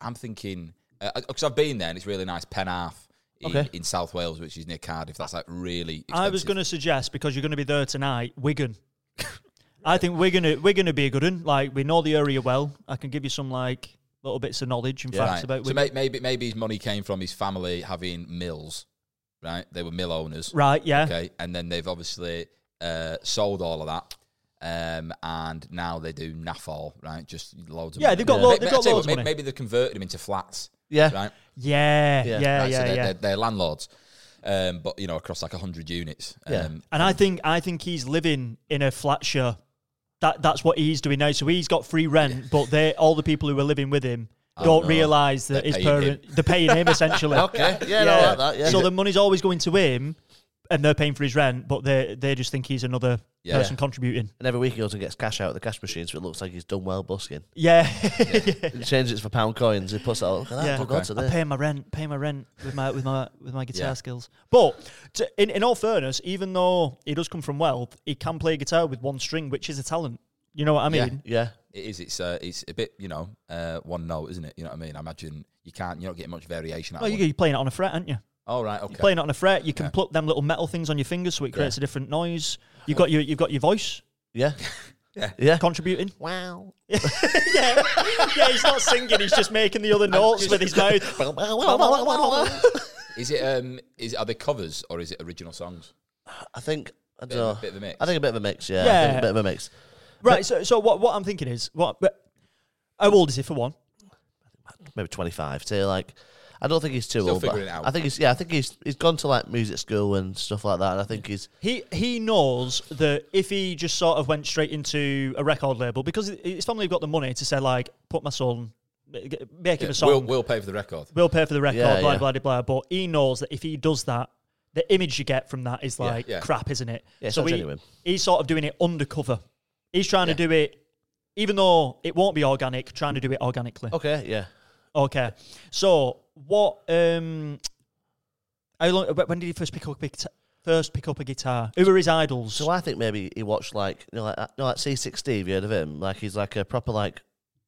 Speaker 1: I'm thinking because I've been there and it's really nice. Penarth in,
Speaker 3: Okay.
Speaker 1: in South Wales, which is near Cardiff. That's like really. Expensive.
Speaker 2: I was going to suggest because you're going to be there tonight, Wigan. I think we're gonna we're gonna be a good one. Like we know the area well. I can give you some like little bits of knowledge and facts
Speaker 1: Right.
Speaker 2: about
Speaker 1: so
Speaker 2: Wigan.
Speaker 1: may- maybe maybe his money came from his family having mills, right? They were mill owners,
Speaker 2: right? Yeah.
Speaker 1: okay, and then they've obviously uh, sold all of that. Um, and now they do naffall, right? Just loads of
Speaker 2: Yeah,
Speaker 1: money.
Speaker 2: they've got lo-
Speaker 1: May-
Speaker 2: they've
Speaker 1: may-
Speaker 2: got
Speaker 1: I tell you
Speaker 2: loads
Speaker 1: what,
Speaker 2: of
Speaker 1: may-
Speaker 2: money.
Speaker 1: Maybe they've converted them into flats,
Speaker 3: Yeah.
Speaker 1: right?
Speaker 2: Yeah. Yeah.
Speaker 3: Yeah.
Speaker 2: Yeah.
Speaker 1: right, so
Speaker 2: yeah.
Speaker 1: they're, They're, they're landlords, um, but you know, across like hundred units.
Speaker 3: Yeah.
Speaker 1: Um,
Speaker 2: and I think I think he's living in a flat share. That that's what he's doing now. So he's got free rent, but they all the people who are living with him don't realise that his
Speaker 1: paying him.
Speaker 2: parent they're paying him essentially.
Speaker 3: Okay. Yeah, no, I like that, yeah.
Speaker 2: So the money's always going to him, and they're paying for his rent, but they they just think he's another
Speaker 1: Yeah.
Speaker 2: person contributing.
Speaker 3: And every week he goes and gets cash out of the cash machine, so it looks like he's done well busking.
Speaker 2: Yeah,
Speaker 3: He changes it for pound coins. He puts it out. Look at that.
Speaker 2: Yeah.
Speaker 3: Yeah.
Speaker 2: Okay. I'm
Speaker 3: today.
Speaker 2: paying my rent, paying my rent with my with my with my guitar
Speaker 1: Yeah.
Speaker 2: skills. But to, in in all fairness, even though he does come from wealth, he can play guitar with one string, which is a talent. You know what I
Speaker 1: Yeah.
Speaker 2: mean?
Speaker 3: Yeah.
Speaker 1: it is. It's uh, it's a bit, you know, uh, one note, isn't it? You know what I mean? I imagine you can't. You're not getting much variation. Out
Speaker 2: Well,
Speaker 1: of
Speaker 2: you,
Speaker 1: one.
Speaker 2: you're playing it on a fret, aren't you?
Speaker 1: All right, okay.
Speaker 2: Playing it on a fret, you can pluck them little metal things on your fingers, so it creates a different noise. You've got your you've got your voice
Speaker 3: Yeah.
Speaker 1: Yeah.
Speaker 3: Yeah.
Speaker 2: contributing.
Speaker 3: Wow.
Speaker 2: yeah, yeah, he's not singing; he's just making the other notes with his mouth.
Speaker 3: I
Speaker 1: Is it um is are they covers or is it original songs?
Speaker 3: think I
Speaker 1: Bit
Speaker 3: don't
Speaker 1: of-
Speaker 3: know.
Speaker 1: bit of a mix.
Speaker 3: I think a bit of a mix. Yeah. I
Speaker 2: Yeah.
Speaker 3: think a bit of a mix.
Speaker 2: Right. So, so what what I'm thinking is what. but- How old is he for one?
Speaker 3: maybe 25. So like, I don't think he's too
Speaker 1: Still
Speaker 3: old. but
Speaker 1: figuring it out.
Speaker 3: I think he's yeah. I think he's he's gone to like music school and stuff like that. And I think he's
Speaker 2: He he knows that if he just sort of went straight into a record label because his family have got the money to say like put my son make him a song.
Speaker 1: We'll, we'll pay for the record.
Speaker 2: we'll pay for the record,
Speaker 3: Yeah,
Speaker 2: blah,
Speaker 3: yeah.
Speaker 2: blah, blah, blah. But he knows that if he does that, the image you get from that is like
Speaker 1: yeah.
Speaker 2: crap, isn't it?
Speaker 3: Yeah, it's
Speaker 2: so
Speaker 3: not
Speaker 2: he,
Speaker 3: genuine.
Speaker 2: he's sort of doing it undercover. He's trying to do it, even though it won't be organic, trying to do it organically.
Speaker 3: okay. Yeah.
Speaker 2: Okay. So, what, um, how long, wh- when did he first pick up a guitar? first pick up a guitar? Who were his idols?
Speaker 3: So I think maybe he watched like you know like, uh, no, like C6 Steve. You heard of him? Like he's like a proper like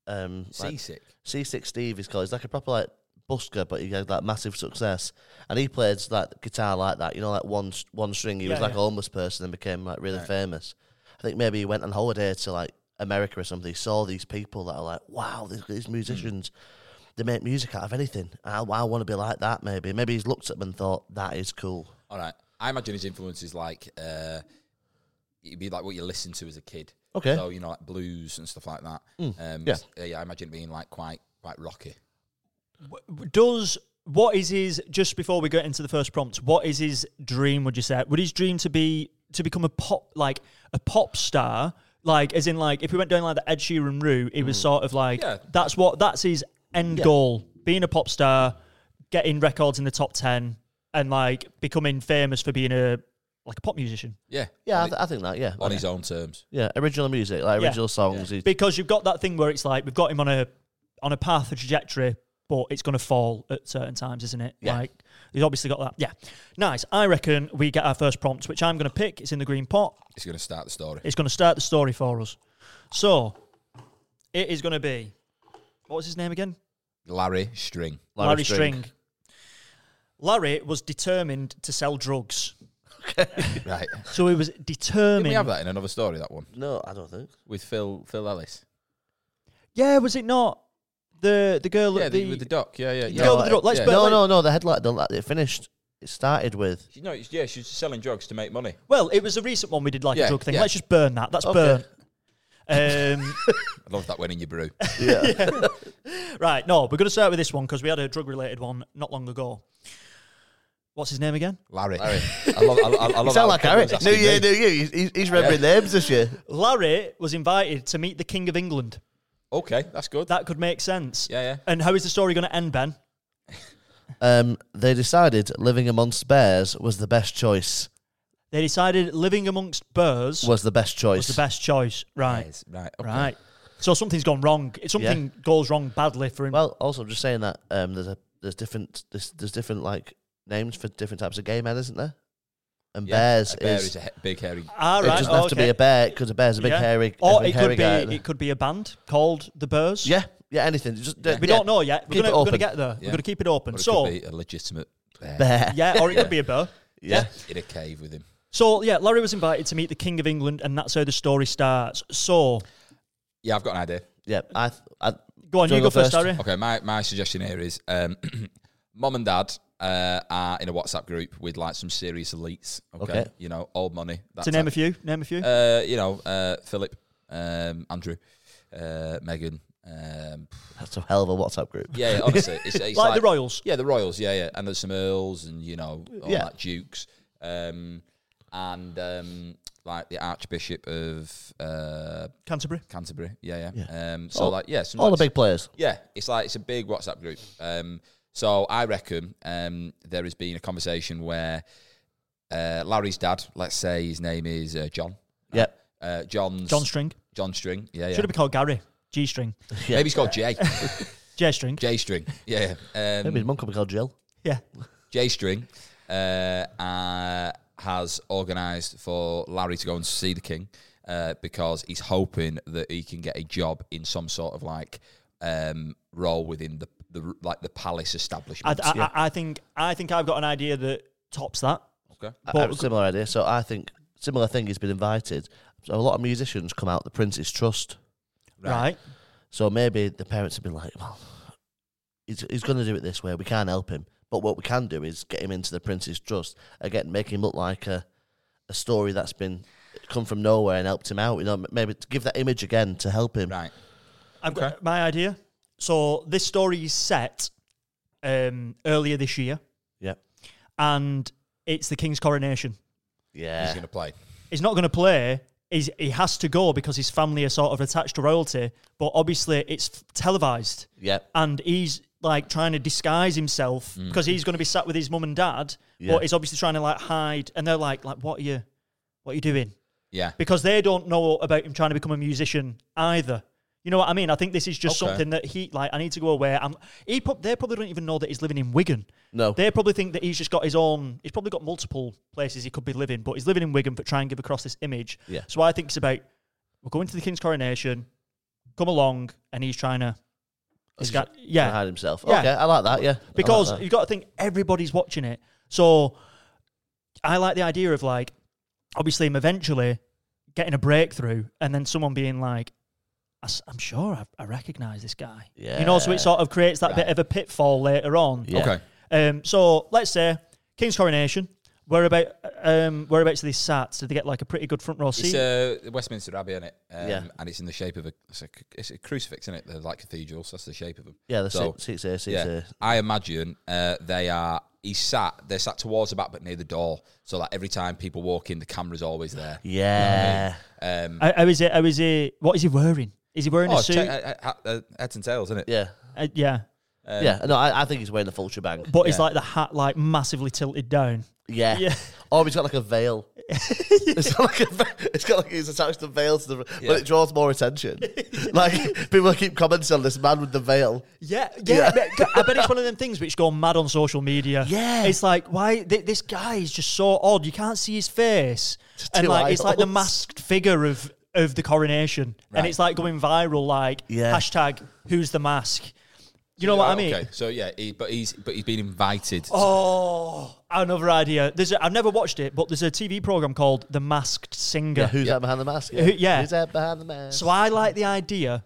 Speaker 3: um like,
Speaker 1: Seasick.
Speaker 3: C6 Steve is called. He's like a proper like busker, but he had like massive success. And he played like guitar like that, you know, like one s- one string. He was
Speaker 2: Yeah,
Speaker 3: like
Speaker 2: yeah.
Speaker 3: a homeless person and became like really famous. I think maybe he went on holiday to like America or something. He saw these people that are like, wow, these, these musicians. They make music out of anything. I, I want to be like that. Maybe, maybe he's looked at them and thought that is cool.
Speaker 1: All right. I imagine his influences like uh, it'd be like what you listened to as a kid.
Speaker 3: Okay. Hmm.
Speaker 1: So you know, like blues and stuff like that. Um,
Speaker 3: yeah.
Speaker 1: s- yeah. I imagine it being like quite quite rocky.
Speaker 2: Does what is his? Just before we get into the first prompt, what is his dream? Would you say? Would his dream to be to become a pop like a pop star? Like as in like if we went down like the Ed Sheeran route, it was sort of like
Speaker 1: Yeah.
Speaker 2: that's what that's his end goal: being a pop star, getting records in the top ten, and like becoming famous for being a like a pop musician.
Speaker 1: Yeah.
Speaker 3: Yeah, I,
Speaker 1: On,
Speaker 3: th- I think that. Yeah,
Speaker 1: on his own terms.
Speaker 3: yeah, original music, like
Speaker 2: Yeah.
Speaker 3: original songs. He-
Speaker 2: because you've got that thing where it's like we've got him on a on a path a trajectory but it's going to fall at certain times isn't it
Speaker 1: Yeah.
Speaker 2: like he's obviously got that yeah nice i reckon we get our first prompt which i'm going to pick it's in the green pot
Speaker 1: It's going to start the story.
Speaker 2: it's going to start the story for us so it is going to be what was his name again
Speaker 1: Larry String.
Speaker 3: Larry String.
Speaker 2: larry was determined to sell drugs
Speaker 1: Right.
Speaker 2: so he was
Speaker 1: Didn't
Speaker 2: determined
Speaker 1: we have that in another story? That one
Speaker 3: No, I don't think.
Speaker 1: with Phil Phil Ellis.
Speaker 2: yeah was it not the the girl
Speaker 1: Yeah,
Speaker 2: at
Speaker 1: the, with the doc. Yeah, yeah.
Speaker 2: The
Speaker 1: yeah.
Speaker 2: girl with the doc. Let's
Speaker 1: yeah.
Speaker 2: But
Speaker 3: no,
Speaker 2: like-
Speaker 3: no, no. The headlight. The, la- it finished. It started with.
Speaker 1: She- No, it's- yeah, she's selling drugs to make money.
Speaker 2: Well, it was a recent one we did like
Speaker 1: Yeah,
Speaker 2: a drug thing.
Speaker 1: yeah.
Speaker 2: Let's just burn that. That's burnt. Um,
Speaker 1: I love that when in your brew.
Speaker 2: right, no, we're going to start with this one because we had a drug related one not long ago. What's his name again?
Speaker 1: Larry. Larry. I love. I, I, I love.
Speaker 3: You sound
Speaker 1: how
Speaker 3: like Harry.
Speaker 1: everyone's
Speaker 3: New
Speaker 1: asking
Speaker 3: year,
Speaker 1: me.
Speaker 3: new you. He's, he's, he's remembering names this year.
Speaker 2: Larry was invited to meet the King of England.
Speaker 1: Okay, that's good.
Speaker 2: That could make sense.
Speaker 1: Yeah, yeah.
Speaker 2: And how is the story going to end, Ben?
Speaker 3: Um, they decided living amongst bears was the best choice.
Speaker 2: They decided living amongst burrs was,
Speaker 3: Was the best choice.
Speaker 2: the best choice. Right,
Speaker 1: Yes, right. Okay.
Speaker 2: right. So something's gone wrong. If Something goes wrong badly for him.
Speaker 3: Well, also I'm just saying that um, there's a there's different there's, there's different like names for different types of gay men, isn't there? And
Speaker 1: Yeah,
Speaker 3: bears
Speaker 1: a bear
Speaker 3: is.
Speaker 1: is a he- big hairy
Speaker 2: All Ah,
Speaker 3: it
Speaker 2: right,
Speaker 3: doesn't have to
Speaker 2: okay.
Speaker 3: be a bear because a bear's a big
Speaker 2: Yeah.
Speaker 3: hairy, a
Speaker 2: Or
Speaker 3: big
Speaker 2: it
Speaker 3: hairy
Speaker 2: could
Speaker 3: guy.
Speaker 2: be it could be a band called the Burrs.
Speaker 3: yeah, yeah, anything. Just,
Speaker 2: We
Speaker 3: yeah.
Speaker 2: don't know yet.
Speaker 3: Keep
Speaker 2: We're
Speaker 3: it
Speaker 2: going to
Speaker 3: open.
Speaker 2: get there.
Speaker 1: Yeah.
Speaker 2: We're going to keep it
Speaker 1: Or
Speaker 2: open.
Speaker 1: it
Speaker 2: so,
Speaker 1: could be a legitimate bear,
Speaker 3: Bear.
Speaker 2: yeah, or it could be a burr.
Speaker 3: yeah.
Speaker 1: in a cave with him.
Speaker 2: So, yeah, Larry was invited to meet the King of England, and that's how the story starts. So,
Speaker 1: Yeah, I've got an idea.
Speaker 3: Yeah, I, th- I
Speaker 2: go on,
Speaker 3: Do
Speaker 2: you
Speaker 3: I
Speaker 2: go
Speaker 3: go
Speaker 2: first,
Speaker 3: first?
Speaker 2: Larry.
Speaker 1: Okay, my, my suggestion here is um, mom and dad uh, are in a WhatsApp group with like some serious elites. Okay,
Speaker 3: Okay.
Speaker 1: you know, old money. That's
Speaker 2: To name a few, name a few.
Speaker 1: uh, you know, uh, Philip, um, Andrew, uh, Megan. Um,
Speaker 3: that's a hell of a WhatsApp group.
Speaker 1: yeah, yeah, honestly, it's, it's
Speaker 2: like, the Royals.
Speaker 1: Yeah, the Royals. Yeah, yeah, and there's some Earls and you know, all
Speaker 3: Yeah.
Speaker 1: that Dukes, um, and um, like the Archbishop of uh,
Speaker 2: Canterbury.
Speaker 1: Canterbury. Yeah, yeah. Um, so
Speaker 3: All-
Speaker 1: like, yeah, some
Speaker 3: Oh, All the
Speaker 1: like,
Speaker 3: big players.
Speaker 1: Yeah, it's like it's a big WhatsApp group. Um, so I reckon um, there has been a conversation where uh, Larry's dad, let's say his name is uh, John.
Speaker 3: Yep.
Speaker 1: Uh, John's
Speaker 2: John String.
Speaker 1: John String. Yeah, yeah.
Speaker 2: Should have been called Gary. G String.
Speaker 1: Maybe he's called Jay.
Speaker 2: J String.
Speaker 1: J String. Yeah. yeah.
Speaker 3: Maybe his
Speaker 1: Um,
Speaker 3: mum could be called Jill.
Speaker 2: yeah.
Speaker 1: J String uh, uh, has organised for Larry to go and see the King uh, because he's hoping that he can get a job in some sort of like um, role within the, the like the palace
Speaker 2: I,
Speaker 1: establishment.
Speaker 2: I, I, I think I think I've got an idea that tops that.
Speaker 1: okay.
Speaker 3: I- I
Speaker 2: But-
Speaker 3: have a Uh, similar idea. So I think similar thing. He's been invited. So a lot of musicians come out the Prince's Trust.
Speaker 2: Right.
Speaker 3: So maybe the parents have been like, well, he's, he's going to do it this way. We can't help him. But what we can do is get him into the Prince's Trust again, make him look like a a story that's been come from nowhere and helped him out. You know, m- maybe to give that image again to help him.
Speaker 1: Right.
Speaker 2: I've got my idea. So this story is set um, earlier this year,
Speaker 3: Yep.
Speaker 2: and it's the King's coronation.
Speaker 3: Yeah.
Speaker 1: He's going to play.
Speaker 2: he's not going to play. He's, he has to go because his family are sort of attached to royalty. But obviously, it's f- televised,
Speaker 3: Yep.
Speaker 2: and he's like trying to disguise himself because he's going to be sat with his mum and dad.
Speaker 3: Yeah.
Speaker 2: But he's obviously trying to like hide, and they're like, like, what are you, what are you doing?
Speaker 1: Yeah.
Speaker 2: Because they don't know about him trying to become a musician either. You know what I mean? I think this is just
Speaker 1: Okay.
Speaker 2: something that he like. I need to go away. I'm, he prob- they probably don't even know that he's living in Wigan.
Speaker 3: No.
Speaker 2: they probably think that he's just got his own. He's probably got multiple places he could be living, but he's living in Wigan for trying to give across this image.
Speaker 3: Yeah.
Speaker 2: So I think it's about we're going to the King's coronation. Come along, and he's trying to. He's got
Speaker 3: Trying to
Speaker 2: yeah,
Speaker 3: hide himself.
Speaker 2: Yeah.
Speaker 3: Okay, I like that. Yeah, I like
Speaker 2: because
Speaker 3: that.
Speaker 2: you've got to think everybody's watching it. So I like the idea of like, obviously, him eventually getting a breakthrough, and then someone being like, I am sure I, I recognise this guy." you know. So
Speaker 3: Yeah.
Speaker 2: it sort of creates that bit of a pitfall later on.
Speaker 3: Yeah.
Speaker 1: Okay.
Speaker 2: Um, so let's say King's coronation. Where about um, whereabouts are they sat? Did they get like a pretty good front row
Speaker 1: It's
Speaker 2: seat?
Speaker 1: uh, the Westminster Abbey, isn't it? Um,
Speaker 3: Yeah.
Speaker 1: And it's in the shape of a it's a, it's a crucifix, isn't it? They're like cathedrals. That's the shape of them.
Speaker 3: yeah, the
Speaker 1: So-
Speaker 3: seats here, seats
Speaker 1: yeah.
Speaker 3: here.
Speaker 1: I imagine uh, they are. He sat. They're sat towards the back, but near the door. So like every time people walk in, the camera's always there.
Speaker 3: Yeah,
Speaker 1: Um,
Speaker 2: How- how is it? How is it? What is he wearing? Is he wearing
Speaker 1: oh,
Speaker 2: a suit?
Speaker 1: te- uh, uh, uh, heads and tails, isn't it?
Speaker 3: yeah,
Speaker 2: Uh, yeah,
Speaker 1: Um,
Speaker 3: yeah. No, I, I think he's wearing the full shebang.
Speaker 2: but it's like the hat like massively tilted down.
Speaker 3: Yeah.
Speaker 2: Yeah.
Speaker 3: Oh, he's got like a veil. It's got like a ve- it's got like he's attached a veil to the but it draws more attention. like people keep commenting on this man with the veil.
Speaker 2: Yeah,
Speaker 3: Yeah.
Speaker 2: yeah. I bet- I bet it's one of them things which go mad on social media.
Speaker 3: Yeah.
Speaker 2: it's like why th- this guy is just so odd. You can't see his face, and
Speaker 3: two
Speaker 2: like it's like the
Speaker 3: eyeballs.
Speaker 2: masked figure of of the coronation,
Speaker 1: Right.
Speaker 2: and it's like going viral. Like
Speaker 3: Yeah.
Speaker 2: hashtag Who's the mask? You know what I mean?
Speaker 1: Okay. So yeah, he, but he's but he's been invited.
Speaker 2: Oh, another idea. There's a, I've never watched it, but there's a TV program called The Masked Singer.
Speaker 3: Who's that behind the mask?
Speaker 2: Who- yeah.
Speaker 3: Who's that behind the mask?
Speaker 2: So I like the idea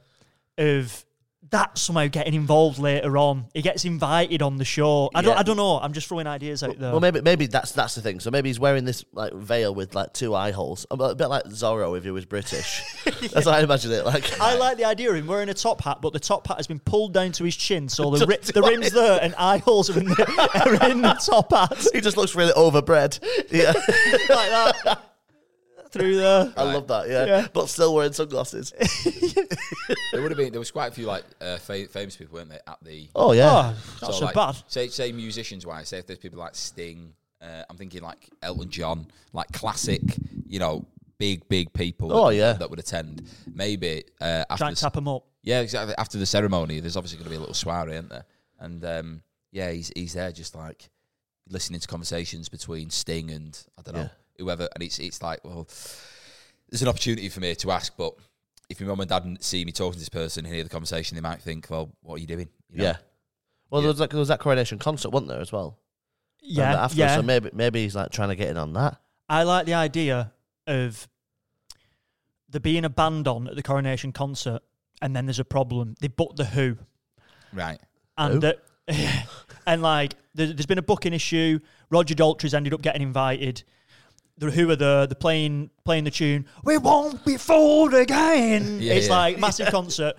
Speaker 2: of that somehow getting involved later on. He gets invited on the show. I don't.
Speaker 3: Yeah.
Speaker 2: I don't know. I'm just throwing ideas out there.
Speaker 3: well, maybe maybe that's that's the thing. So maybe he's wearing this like veil with like two eye holes, a bit like Zorro if he was British. That's how I imagine it. Like
Speaker 2: I like the idea of him wearing a top hat, but the top hat has been pulled down to his chin, so the, ri- the rim's there and eye holes are in the, are in the top hat
Speaker 3: he just looks really overbred. Yeah,
Speaker 2: like that through there.
Speaker 3: I love that. Yeah.
Speaker 2: Yeah.
Speaker 3: but still wearing sunglasses.
Speaker 1: there would have been there was quite a few like uh, fa- famous people, weren't there, at the
Speaker 3: Oh
Speaker 2: Oh, not so
Speaker 1: like,
Speaker 2: bad.
Speaker 1: Say, say musicians wise, say if there's people like Sting, uh, I'm thinking like Elton John, like classic, you know, big, big people.
Speaker 3: Oh,
Speaker 1: that,
Speaker 3: yeah.
Speaker 1: that would attend. Maybe uh, after
Speaker 2: Trying
Speaker 1: the,
Speaker 2: to
Speaker 1: c-
Speaker 2: tap him up.
Speaker 1: yeah, exactly. After the ceremony, there's obviously going to be a little soiree, isn't there? And um, yeah, he's he's there just like listening to conversations between Sting and I don't know
Speaker 3: Yeah.
Speaker 1: whoever, and it's it's like well, there's an opportunity for me to ask, but. If your mum and dad didn't see me talking to this person and hear the conversation, they might think, "Well, what are you doing?" You know?
Speaker 3: Yeah.
Speaker 1: Yeah.
Speaker 3: Well, there was like there was that coronation concert, wasn't there as well?
Speaker 2: Yeah,
Speaker 3: And after,
Speaker 2: yeah.
Speaker 3: So maybe maybe he's like trying to get in on that.
Speaker 2: I like the idea of there being a band on at the coronation concert, and then there's a problem. They booked the Who,
Speaker 1: right.
Speaker 2: and that, and like there, there's been a booking issue. Roger Daltrey's ended up getting invited. The Who are there? They're playing playing the tune. We won't be fooled again.
Speaker 1: Yeah,
Speaker 2: it's
Speaker 1: yeah.
Speaker 2: like massive concert,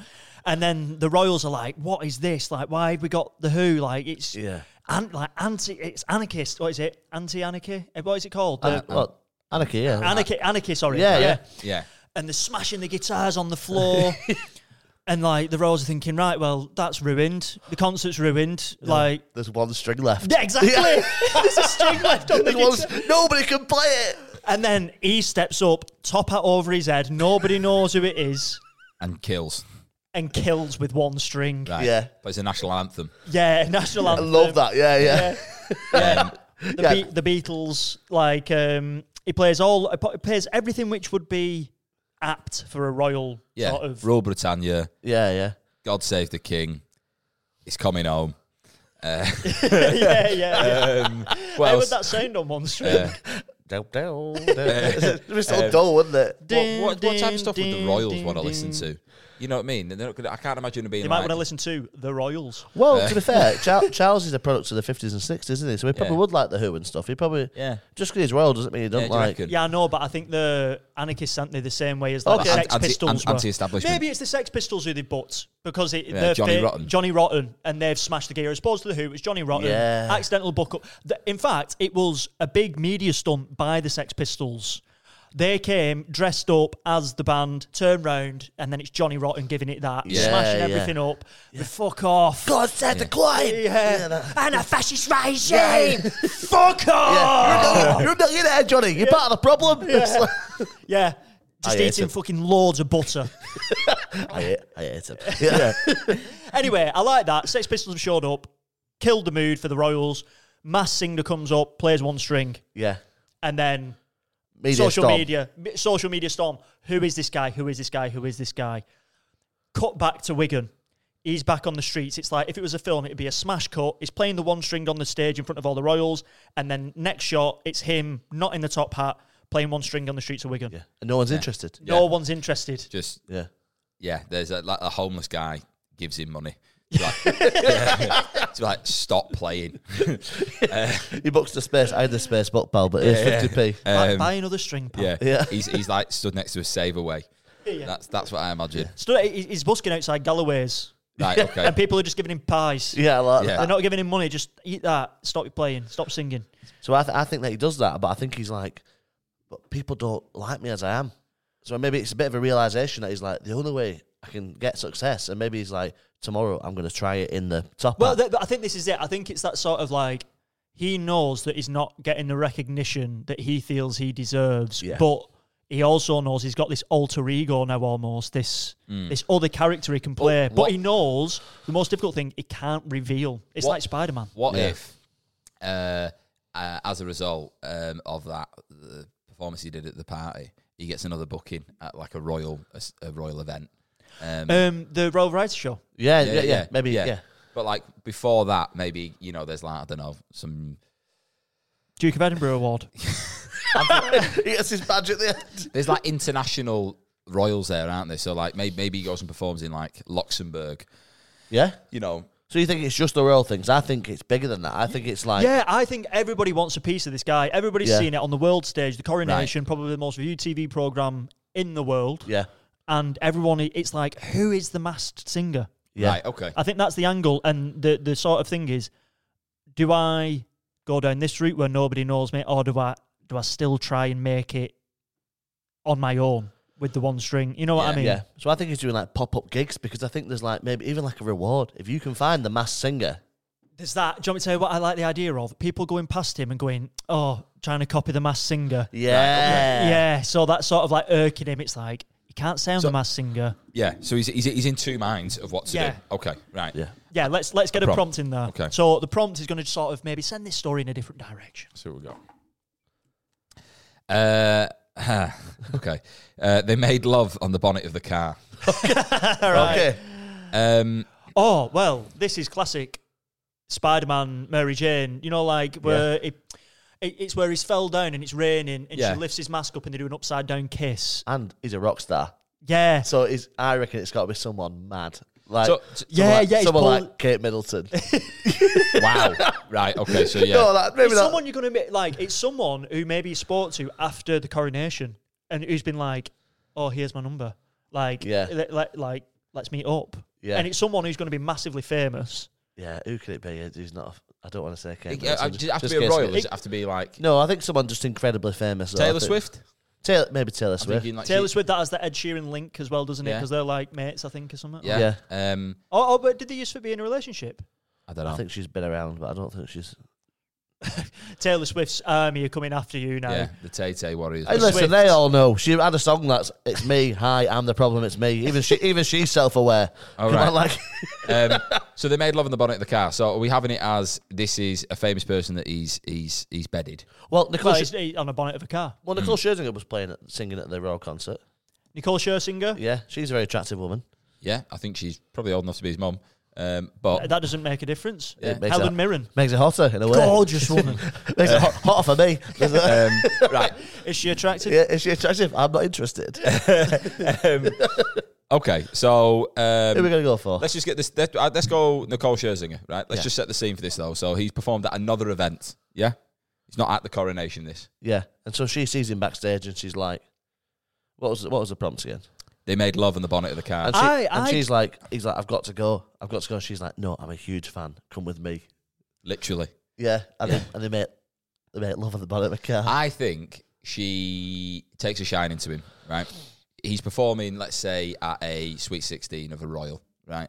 Speaker 2: and then the Royals are like, "What is this? Like, why have we got the Who? Like, it's
Speaker 3: Yeah.
Speaker 2: an, like anti, it's anarchist. What is it? Anti-anarchy? Eh, What is it called?
Speaker 3: An-
Speaker 2: The-
Speaker 3: well, anarchy, yeah.
Speaker 2: anarchy, anarchy. Sorry.
Speaker 3: Yeah, yeah.
Speaker 1: Yeah.
Speaker 2: And they're smashing the guitars on the floor. And like the Royals are thinking, right, well, that's ruined. The concert's ruined. Like,
Speaker 3: There's one string left.
Speaker 2: yeah, exactly. There's a string left on the
Speaker 3: There's one
Speaker 2: guitar.
Speaker 3: s- nobody can play it.
Speaker 2: And then he steps up, top hat over his head. Nobody knows who it is,
Speaker 1: and kills.
Speaker 2: and kills with one string.
Speaker 1: Right.
Speaker 3: Yeah.
Speaker 1: But it's a national anthem.
Speaker 2: Yeah, national
Speaker 3: I
Speaker 2: anthem.
Speaker 3: love that. Yeah, yeah.
Speaker 2: Yeah.
Speaker 1: Um,
Speaker 2: the,
Speaker 3: Yeah.
Speaker 2: Be- the Beatles. Like um, he plays all, he plays everything which would be apt for a royal
Speaker 1: yeah.
Speaker 2: sort of
Speaker 1: Rule Britannia,
Speaker 3: Yeah, yeah.
Speaker 1: God Save the King, It's Coming Home.
Speaker 2: yeah, yeah. yeah.
Speaker 1: What
Speaker 2: How would
Speaker 1: else?
Speaker 2: that sound on one string?
Speaker 1: Yeah.
Speaker 3: Down, down, down. it was so
Speaker 1: Um,
Speaker 3: dull, wasn't it?
Speaker 1: What, what, what type of stuff would the
Speaker 2: Ding,
Speaker 1: Royals
Speaker 2: ding,
Speaker 1: want to listen
Speaker 2: ding.
Speaker 1: to? You know what I mean? They're not gonna, I can't imagine them being
Speaker 2: You might
Speaker 1: like,
Speaker 2: want to listen to the Royals.
Speaker 3: Well, to be fair, Charles, Charles is a product of the 50s and 60s, isn't he? So he probably
Speaker 1: Yeah.
Speaker 3: would like the Who and stuff. He probably,
Speaker 1: Yeah.
Speaker 3: just because he's royal doesn't mean he don't
Speaker 1: Yeah, do you
Speaker 3: like.
Speaker 1: reckon?
Speaker 2: Yeah, I know, but I think the anarchists aren't they the same way as like
Speaker 3: Okay.
Speaker 2: the
Speaker 1: Ant-
Speaker 2: Sex
Speaker 1: anti-
Speaker 2: Pistols
Speaker 1: an-
Speaker 2: were.
Speaker 1: anti-establishment.
Speaker 2: Maybe it's the Sex Pistols who they booked because it,
Speaker 1: Yeah,
Speaker 2: they're
Speaker 1: Johnny
Speaker 2: fa-
Speaker 1: Rotten.
Speaker 2: Johnny Rotten, and they've smashed the gear. As opposed to the Who, it was Johnny Rotten.
Speaker 3: Yeah.
Speaker 2: Accidental buck up. Th- In fact, it was a big media stunt by the Sex Pistols. They came dressed up as the band, turned round, and then it's Johnny Rotten giving it that,
Speaker 1: Yeah,
Speaker 2: smashing
Speaker 3: yeah.
Speaker 2: everything up. The fuck off.
Speaker 3: God said the quiet.
Speaker 2: Yeah. and a fascist regime. Fuck
Speaker 3: You're, a
Speaker 2: off.
Speaker 3: Oh. millionaire, you're a millionaire, Johnny. You're part of the problem. Oh, It's like-
Speaker 2: Yeah.
Speaker 3: I
Speaker 2: Just
Speaker 3: hate
Speaker 2: eating
Speaker 3: it.
Speaker 2: fucking loads of butter.
Speaker 3: I hate, I hate it. Yeah.
Speaker 2: anyway, I like that. Sex Pistols have showed up, killed the mood for the Royals. Mass singer comes up, plays one string,
Speaker 3: yeah.
Speaker 2: and then
Speaker 3: Media
Speaker 2: social
Speaker 3: storm.
Speaker 2: media, mi- social media storm. Who is this guy? Who is this guy? Who is this guy? Cut back to Wigan. He's back on the streets. It's like if it was a film, it'd be a smash cut. He's playing the one string on the stage in front of all the Royals, and then next shot, it's him not in the top hat playing one string on the streets of Wigan.
Speaker 3: Yeah. And no one's interested.
Speaker 2: No one's interested.
Speaker 1: Just
Speaker 3: Yeah.
Speaker 1: yeah, there's a, like a homeless guy gives him money. He's like, He's like, stop playing.
Speaker 3: He books the space. I had the space book, pal, but it's 50p.
Speaker 2: Like, buy another string, pal.
Speaker 1: Yeah,
Speaker 3: Yeah.
Speaker 1: He's he's like stood next to a save away. That's that's what I imagine.
Speaker 2: So he- he's busking outside Galloway's,
Speaker 1: Right, okay.
Speaker 2: and people are just giving him pies.
Speaker 3: Yeah, I like
Speaker 1: Yeah.
Speaker 3: that.
Speaker 2: They're not giving him money. Just eat that. Stop playing. Stop singing.
Speaker 3: So I, th- I think that he does that, but I think he's like, but people don't like me as I am. So maybe it's a bit of a realization that he's like, the only way I can get success, and maybe he's like, tomorrow I'm going to try it in the top.
Speaker 2: Well,
Speaker 3: Well,
Speaker 2: th- I think this is it. I think it's that sort of like he knows that he's not getting the recognition that he feels he deserves,
Speaker 3: Yeah.
Speaker 2: but he also knows he's got this alter ego now, almost this this other character he can play. but
Speaker 1: what-
Speaker 2: he knows the most difficult thing he can't reveal. It's
Speaker 1: What-
Speaker 2: like Spider Man.
Speaker 1: What
Speaker 3: Yeah.
Speaker 1: if, uh, uh, as a result um, of that the performance he did at the party, he gets another booking at like a royal a, s- a royal event? Um,
Speaker 2: Um, the Royal Writer Show.
Speaker 3: yeah, yeah, yeah, Maybe, yeah.
Speaker 1: But like before that, maybe you know, there's like I don't know some.
Speaker 2: Duke of Edinburgh Award.
Speaker 3: he gets his badge at the end.
Speaker 1: There's like international royals there, aren't there? So like maybe maybe he goes and performs in like Luxembourg.
Speaker 3: Yeah.
Speaker 1: You know,
Speaker 3: So you think it's just the royal things? I think it's bigger than that. I think it's like,
Speaker 2: Yeah, I think everybody wants a piece of this guy. Everybody's
Speaker 3: Yeah.
Speaker 2: seen it on the world stage, the coronation, probably the most viewed TV program in the world.
Speaker 3: yeah,
Speaker 2: And everyone, it's like, who is the masked singer?
Speaker 3: yeah.
Speaker 1: right? Okay,
Speaker 2: I think that's the angle, and the the sort of thing is, do I go down this route where nobody knows me, or do I do I still try and make it on my own with the one string? You know what I
Speaker 1: Yeah.
Speaker 2: mean?
Speaker 3: Yeah. So I think he's doing like pop up gigs because I think there's like maybe even like a reward. If you can find the mass singer,
Speaker 2: There's that. Do you want me to tell you what I like the idea of? People going past him and going, oh, trying to copy the mass singer.
Speaker 3: yeah.
Speaker 2: Yeah, so that's sort of like irking him. It's like you can't sound
Speaker 1: So-
Speaker 2: a mass singer.
Speaker 1: yeah. So he's, he's he's in two minds of what to
Speaker 2: Yeah.
Speaker 1: do. Okay, right.
Speaker 3: Yeah.
Speaker 2: Yeah, let's let's get a,
Speaker 1: prompt.
Speaker 2: prompt. in there.
Speaker 1: Okay.
Speaker 2: So the prompt is going to sort of maybe send this story in a different direction.
Speaker 1: So we go. Uh, okay. Uh, they made love on the bonnet of the car.
Speaker 3: Okay.
Speaker 1: Um,
Speaker 2: Oh well, this is classic Spider-Man, Mary Jane. You know, like where it, it, it's where he's fell down and it's raining and
Speaker 1: Yeah.
Speaker 2: she lifts his mask up and they do an upside down kiss.
Speaker 3: And he's a rock star.
Speaker 2: Yeah.
Speaker 3: So it's, I reckon it's got to be someone mad. Like,
Speaker 1: So-
Speaker 3: someone
Speaker 2: yeah,
Speaker 3: like,
Speaker 2: yeah, it's
Speaker 3: Someone
Speaker 2: Paul-
Speaker 3: like Kate Middleton.
Speaker 1: wow. right. Okay. So yeah.
Speaker 3: No, that, maybe
Speaker 2: it's
Speaker 3: that.
Speaker 2: someone you're going to meet. Like it's someone who maybe you spoke to after the coronation, and who's been like, "Oh, here's my number." Like,
Speaker 3: Yeah.
Speaker 2: le- le- like let's meet up.
Speaker 3: Yeah.
Speaker 2: and it's someone who's going to be massively famous.
Speaker 3: yeah, who could it be? Who's not? a- I don't want to say Kate.
Speaker 1: It, uh,
Speaker 3: Middleton,
Speaker 1: does it have
Speaker 3: just
Speaker 1: to be a
Speaker 3: in case-
Speaker 1: royal? Does it have to be like
Speaker 3: No, I think someone just incredibly famous. though. I
Speaker 1: Taylor
Speaker 3: think-
Speaker 1: Swift?
Speaker 3: Taylor, maybe Taylor
Speaker 1: I'm
Speaker 3: Swift.
Speaker 1: thinking like
Speaker 2: Taylor
Speaker 1: she-
Speaker 2: Swift that has the Ed Sheeran link as well, doesn't it?
Speaker 1: Yeah.
Speaker 2: Because they're like mates, I think, or something.
Speaker 1: Yeah. Um,
Speaker 2: Oh, oh, but did they used to be in a relationship?
Speaker 1: I don't know.
Speaker 3: I think she's been around, but I don't think she's.
Speaker 2: Taylor Swift's army are coming after you now.
Speaker 1: yeah. The Tay Tay Warriors.
Speaker 3: Hey, listen,
Speaker 2: Swift.
Speaker 3: they all know. She had a song that's "It's me, hi, I'm the problem, it's me." Even she, even she's self-aware.
Speaker 1: All
Speaker 3: Come
Speaker 1: right.
Speaker 3: on, like,
Speaker 1: um, so they made love on the bonnet of the car. So are we having it as this is a famous person that he's he's he's bedded.
Speaker 3: well, Nicole,
Speaker 2: Well,
Speaker 3: Scher-
Speaker 2: he's he's on a bonnet of a car.
Speaker 3: well, Nicole
Speaker 1: Hmm.
Speaker 3: Scherzinger was playing, at, singing at the Royal concert.
Speaker 2: Nicole Scherzinger.
Speaker 3: Yeah, she's a very attractive woman.
Speaker 1: Yeah. I think she's probably old enough to be his mum. Um, but
Speaker 2: That doesn't make a difference.
Speaker 3: makes
Speaker 2: Helen
Speaker 3: a-
Speaker 2: Mirren.
Speaker 3: Makes it hotter in a way.
Speaker 2: Gorgeous woman.
Speaker 3: Makes it hot, hotter for me.
Speaker 1: um, right.
Speaker 2: Is she attractive?
Speaker 3: yeah, is she attractive? I'm not interested. Who
Speaker 1: um, Okay. So um,
Speaker 3: are we gonna go for?
Speaker 1: Let's just get this. Let's, uh, let's go Nicole Scherzinger, right? Let's just set the scene for this though. So he's performed at another event. Yeah, he's not at the coronation. This
Speaker 3: Yeah, and so she sees him backstage, and she's like, "What was what was the prompt again?"
Speaker 1: they made love in the bonnet of the car.
Speaker 3: And, she,
Speaker 2: I-
Speaker 3: and
Speaker 2: I-
Speaker 3: she's like, "He's like, I've got to go, I've got to go." And she's like, "No, I'm a huge fan. Come with me."
Speaker 1: literally,
Speaker 3: Yeah, Ah, and They, and they made they made love at the bonnet of the car.
Speaker 1: I think she takes a shine into him. Right, he's performing. Let's say at a sweet sixteen of a royal. Right.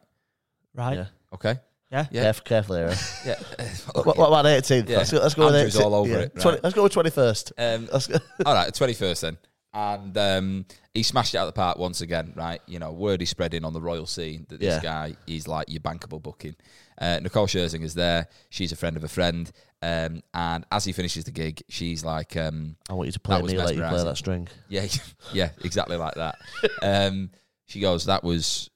Speaker 2: Right.
Speaker 3: Yeah.
Speaker 1: Okay.
Speaker 2: Yeah.
Speaker 1: Yeah.
Speaker 3: Caref- carefully, Aaron.
Speaker 1: Yeah.
Speaker 3: what, what about 18th?
Speaker 1: Yeah.
Speaker 3: Let's, go, let's go with
Speaker 1: Andrew's
Speaker 3: 18th.
Speaker 1: all over it, right.
Speaker 3: let's go with 21st.
Speaker 1: Um,
Speaker 3: Let's go.
Speaker 1: all right, twenty first then. And um, he smashed it out of the park once again, right? You know, word is spreading on the royal scene that this
Speaker 3: Yeah.
Speaker 1: guy is like your bankable booking. Uh, Nicole Scherzinger is there. She's a friend of a friend. Um, and as he finishes the gig, she's like, um,
Speaker 3: I want you to play
Speaker 1: That was
Speaker 3: me, let you play
Speaker 1: mesmerising.
Speaker 3: that string.
Speaker 1: yeah, yeah, exactly like that. Um, she goes, "That was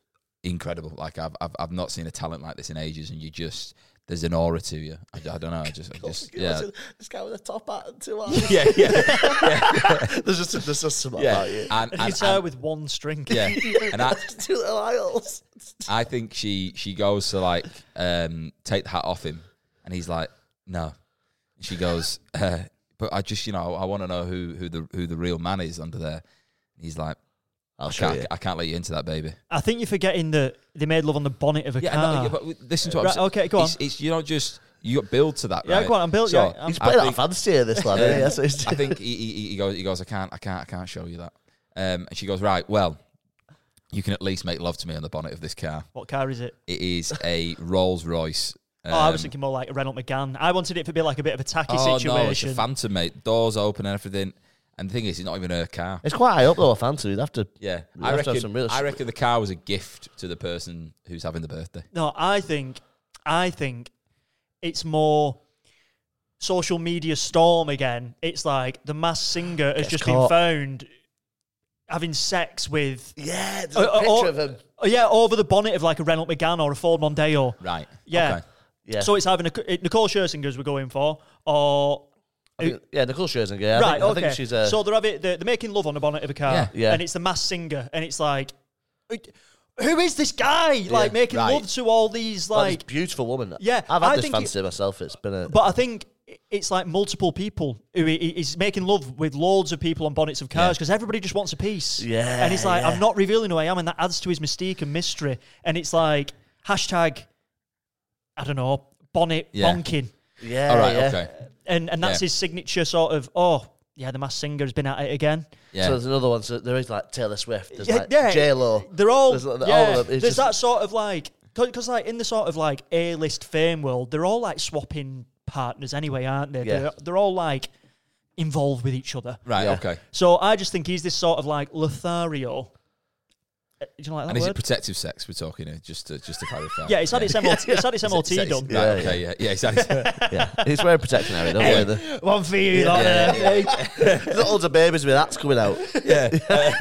Speaker 1: incredible. Like I've, I've I've not seen a talent like this in ages, and you just there's an aura to you. I, I don't know. I just, I
Speaker 3: Oh,
Speaker 1: just yeah,
Speaker 3: This guy with a top hat and two
Speaker 1: yeah, yeah,
Speaker 3: there's just there's just something
Speaker 1: yeah.
Speaker 3: about you.
Speaker 1: And,
Speaker 2: A
Speaker 1: and-
Speaker 2: guitar
Speaker 1: and-
Speaker 2: with one string.
Speaker 1: yeah, and I,
Speaker 3: two little aisles.
Speaker 1: I think she she goes to like um, take the hat off him, and he's like, "No." She goes, uh, "But I just, you know, I want to know who who the who the real man is under there." And he's like,
Speaker 3: I'll
Speaker 1: I
Speaker 3: show you.
Speaker 1: can't, I can't let you into that, baby.
Speaker 2: I think you're forgetting that they made love on the bonnet of a
Speaker 1: Yeah,
Speaker 2: car.
Speaker 1: no, yeah, but w- listen to what I'm
Speaker 2: Ah. Right,
Speaker 1: saying.
Speaker 2: okay, go on.
Speaker 1: It's, it's you know just you got build to that.
Speaker 2: Yeah,
Speaker 1: right?
Speaker 2: go on, I'm built, yeah, I'm-
Speaker 3: He's
Speaker 1: I
Speaker 3: playing out
Speaker 1: think-
Speaker 3: fancy here, this lad. Yeah, that's what he's
Speaker 1: I
Speaker 3: doing.
Speaker 1: think he, he, he goes. He goes. I can't. I can't. I can't show you that. Um, and she goes. Right. Well, you can at least make love to me on the bonnet of this car.
Speaker 2: What car is it?
Speaker 1: It is a Rolls Royce.
Speaker 2: oh, I was
Speaker 1: um,
Speaker 2: thinking more like a Renault Megane. I wanted it to be like a bit of a tacky
Speaker 1: Oh no, it's
Speaker 2: situation.
Speaker 1: a Phantom, mate. Doors open and everything. And the thing is, it's not even her car.
Speaker 3: It's quite high up though, a fancy. You'd have to.
Speaker 1: Yeah,
Speaker 3: You'd
Speaker 1: I
Speaker 3: have to have
Speaker 1: reckon.
Speaker 3: some real.
Speaker 1: I reckon the car was a gift to the person who's having the birthday.
Speaker 2: No, I think, I think it's more social media storm again. It's like the mass singer has
Speaker 3: Gets
Speaker 2: just
Speaker 3: caught.
Speaker 2: been found having sex with.
Speaker 3: yeah, there's
Speaker 2: Uh,
Speaker 3: a
Speaker 2: uh,
Speaker 3: picture
Speaker 2: or-
Speaker 3: of him.
Speaker 2: Oh yeah, over the bonnet of like a Renault Megane or a Ford Mondeo.
Speaker 1: Right.
Speaker 2: Yeah.
Speaker 1: Okay.
Speaker 3: Yeah.
Speaker 2: So it's either Nic- it- Nicole Scherzinger's we're going for, or
Speaker 3: I think- yeah, Nicole Scherzinger. Yeah, I
Speaker 2: right,
Speaker 3: think,
Speaker 2: okay.
Speaker 3: I think she's a.
Speaker 2: so they're having they're, they're making love on the bonnet of a car,
Speaker 1: Yeah.
Speaker 3: Yeah.
Speaker 2: and it's the mass singer, and it's like, who is this guy like making
Speaker 1: right.
Speaker 2: love to all these
Speaker 3: like
Speaker 2: like
Speaker 3: this beautiful woman.
Speaker 2: Yeah,
Speaker 3: I've had
Speaker 2: I
Speaker 3: this
Speaker 2: think it-
Speaker 3: fancy myself. It's been a.
Speaker 2: But I think i- it's like multiple people who i- i- is making love with loads of people on bonnets of cars because everybody just wants a piece.
Speaker 3: Yeah,
Speaker 2: And he's like,
Speaker 3: yeah.
Speaker 2: I'm not revealing who I am, and that adds to his mystique and mystery. And it's like hashtag, I don't know, bonnet
Speaker 1: Yeah.
Speaker 2: bonking,
Speaker 3: yeah.
Speaker 1: All right.
Speaker 3: yeah.
Speaker 1: Okay.
Speaker 2: and and that's
Speaker 1: Yeah.
Speaker 2: his signature sort of oh. Yeah, the mass singer's been at it again.
Speaker 1: Yeah.
Speaker 3: So there's another one. So there is like Taylor Swift. There's
Speaker 2: Yeah,
Speaker 3: like
Speaker 2: yeah.
Speaker 3: J Lo.
Speaker 2: They're all,
Speaker 3: There's, like, all
Speaker 2: yeah,
Speaker 3: of them.
Speaker 2: there's
Speaker 3: It's just-
Speaker 2: that sort of like, because like in the sort of like A-list fame world, they're all like swapping partners anyway, aren't they?
Speaker 3: Yeah.
Speaker 2: They're, they're all like involved with each other.
Speaker 1: right.
Speaker 3: Yeah.
Speaker 1: Okay.
Speaker 2: So I just think he's this sort of like Lothario. Uh, Do you like that
Speaker 1: And is
Speaker 2: word?
Speaker 1: it protective sex we're talking here? Just to just to clarify.
Speaker 2: yeah, it's had its MLT, it's had its MLT
Speaker 1: Sex-
Speaker 2: done.
Speaker 1: right,
Speaker 3: Yeah,
Speaker 1: okay, yeah, yeah, exactly.
Speaker 3: yeah. He's wearing protection area. Don't worry. The-
Speaker 2: One for you, yeah,
Speaker 3: There's loads of babies with that's coming out.
Speaker 1: Uh,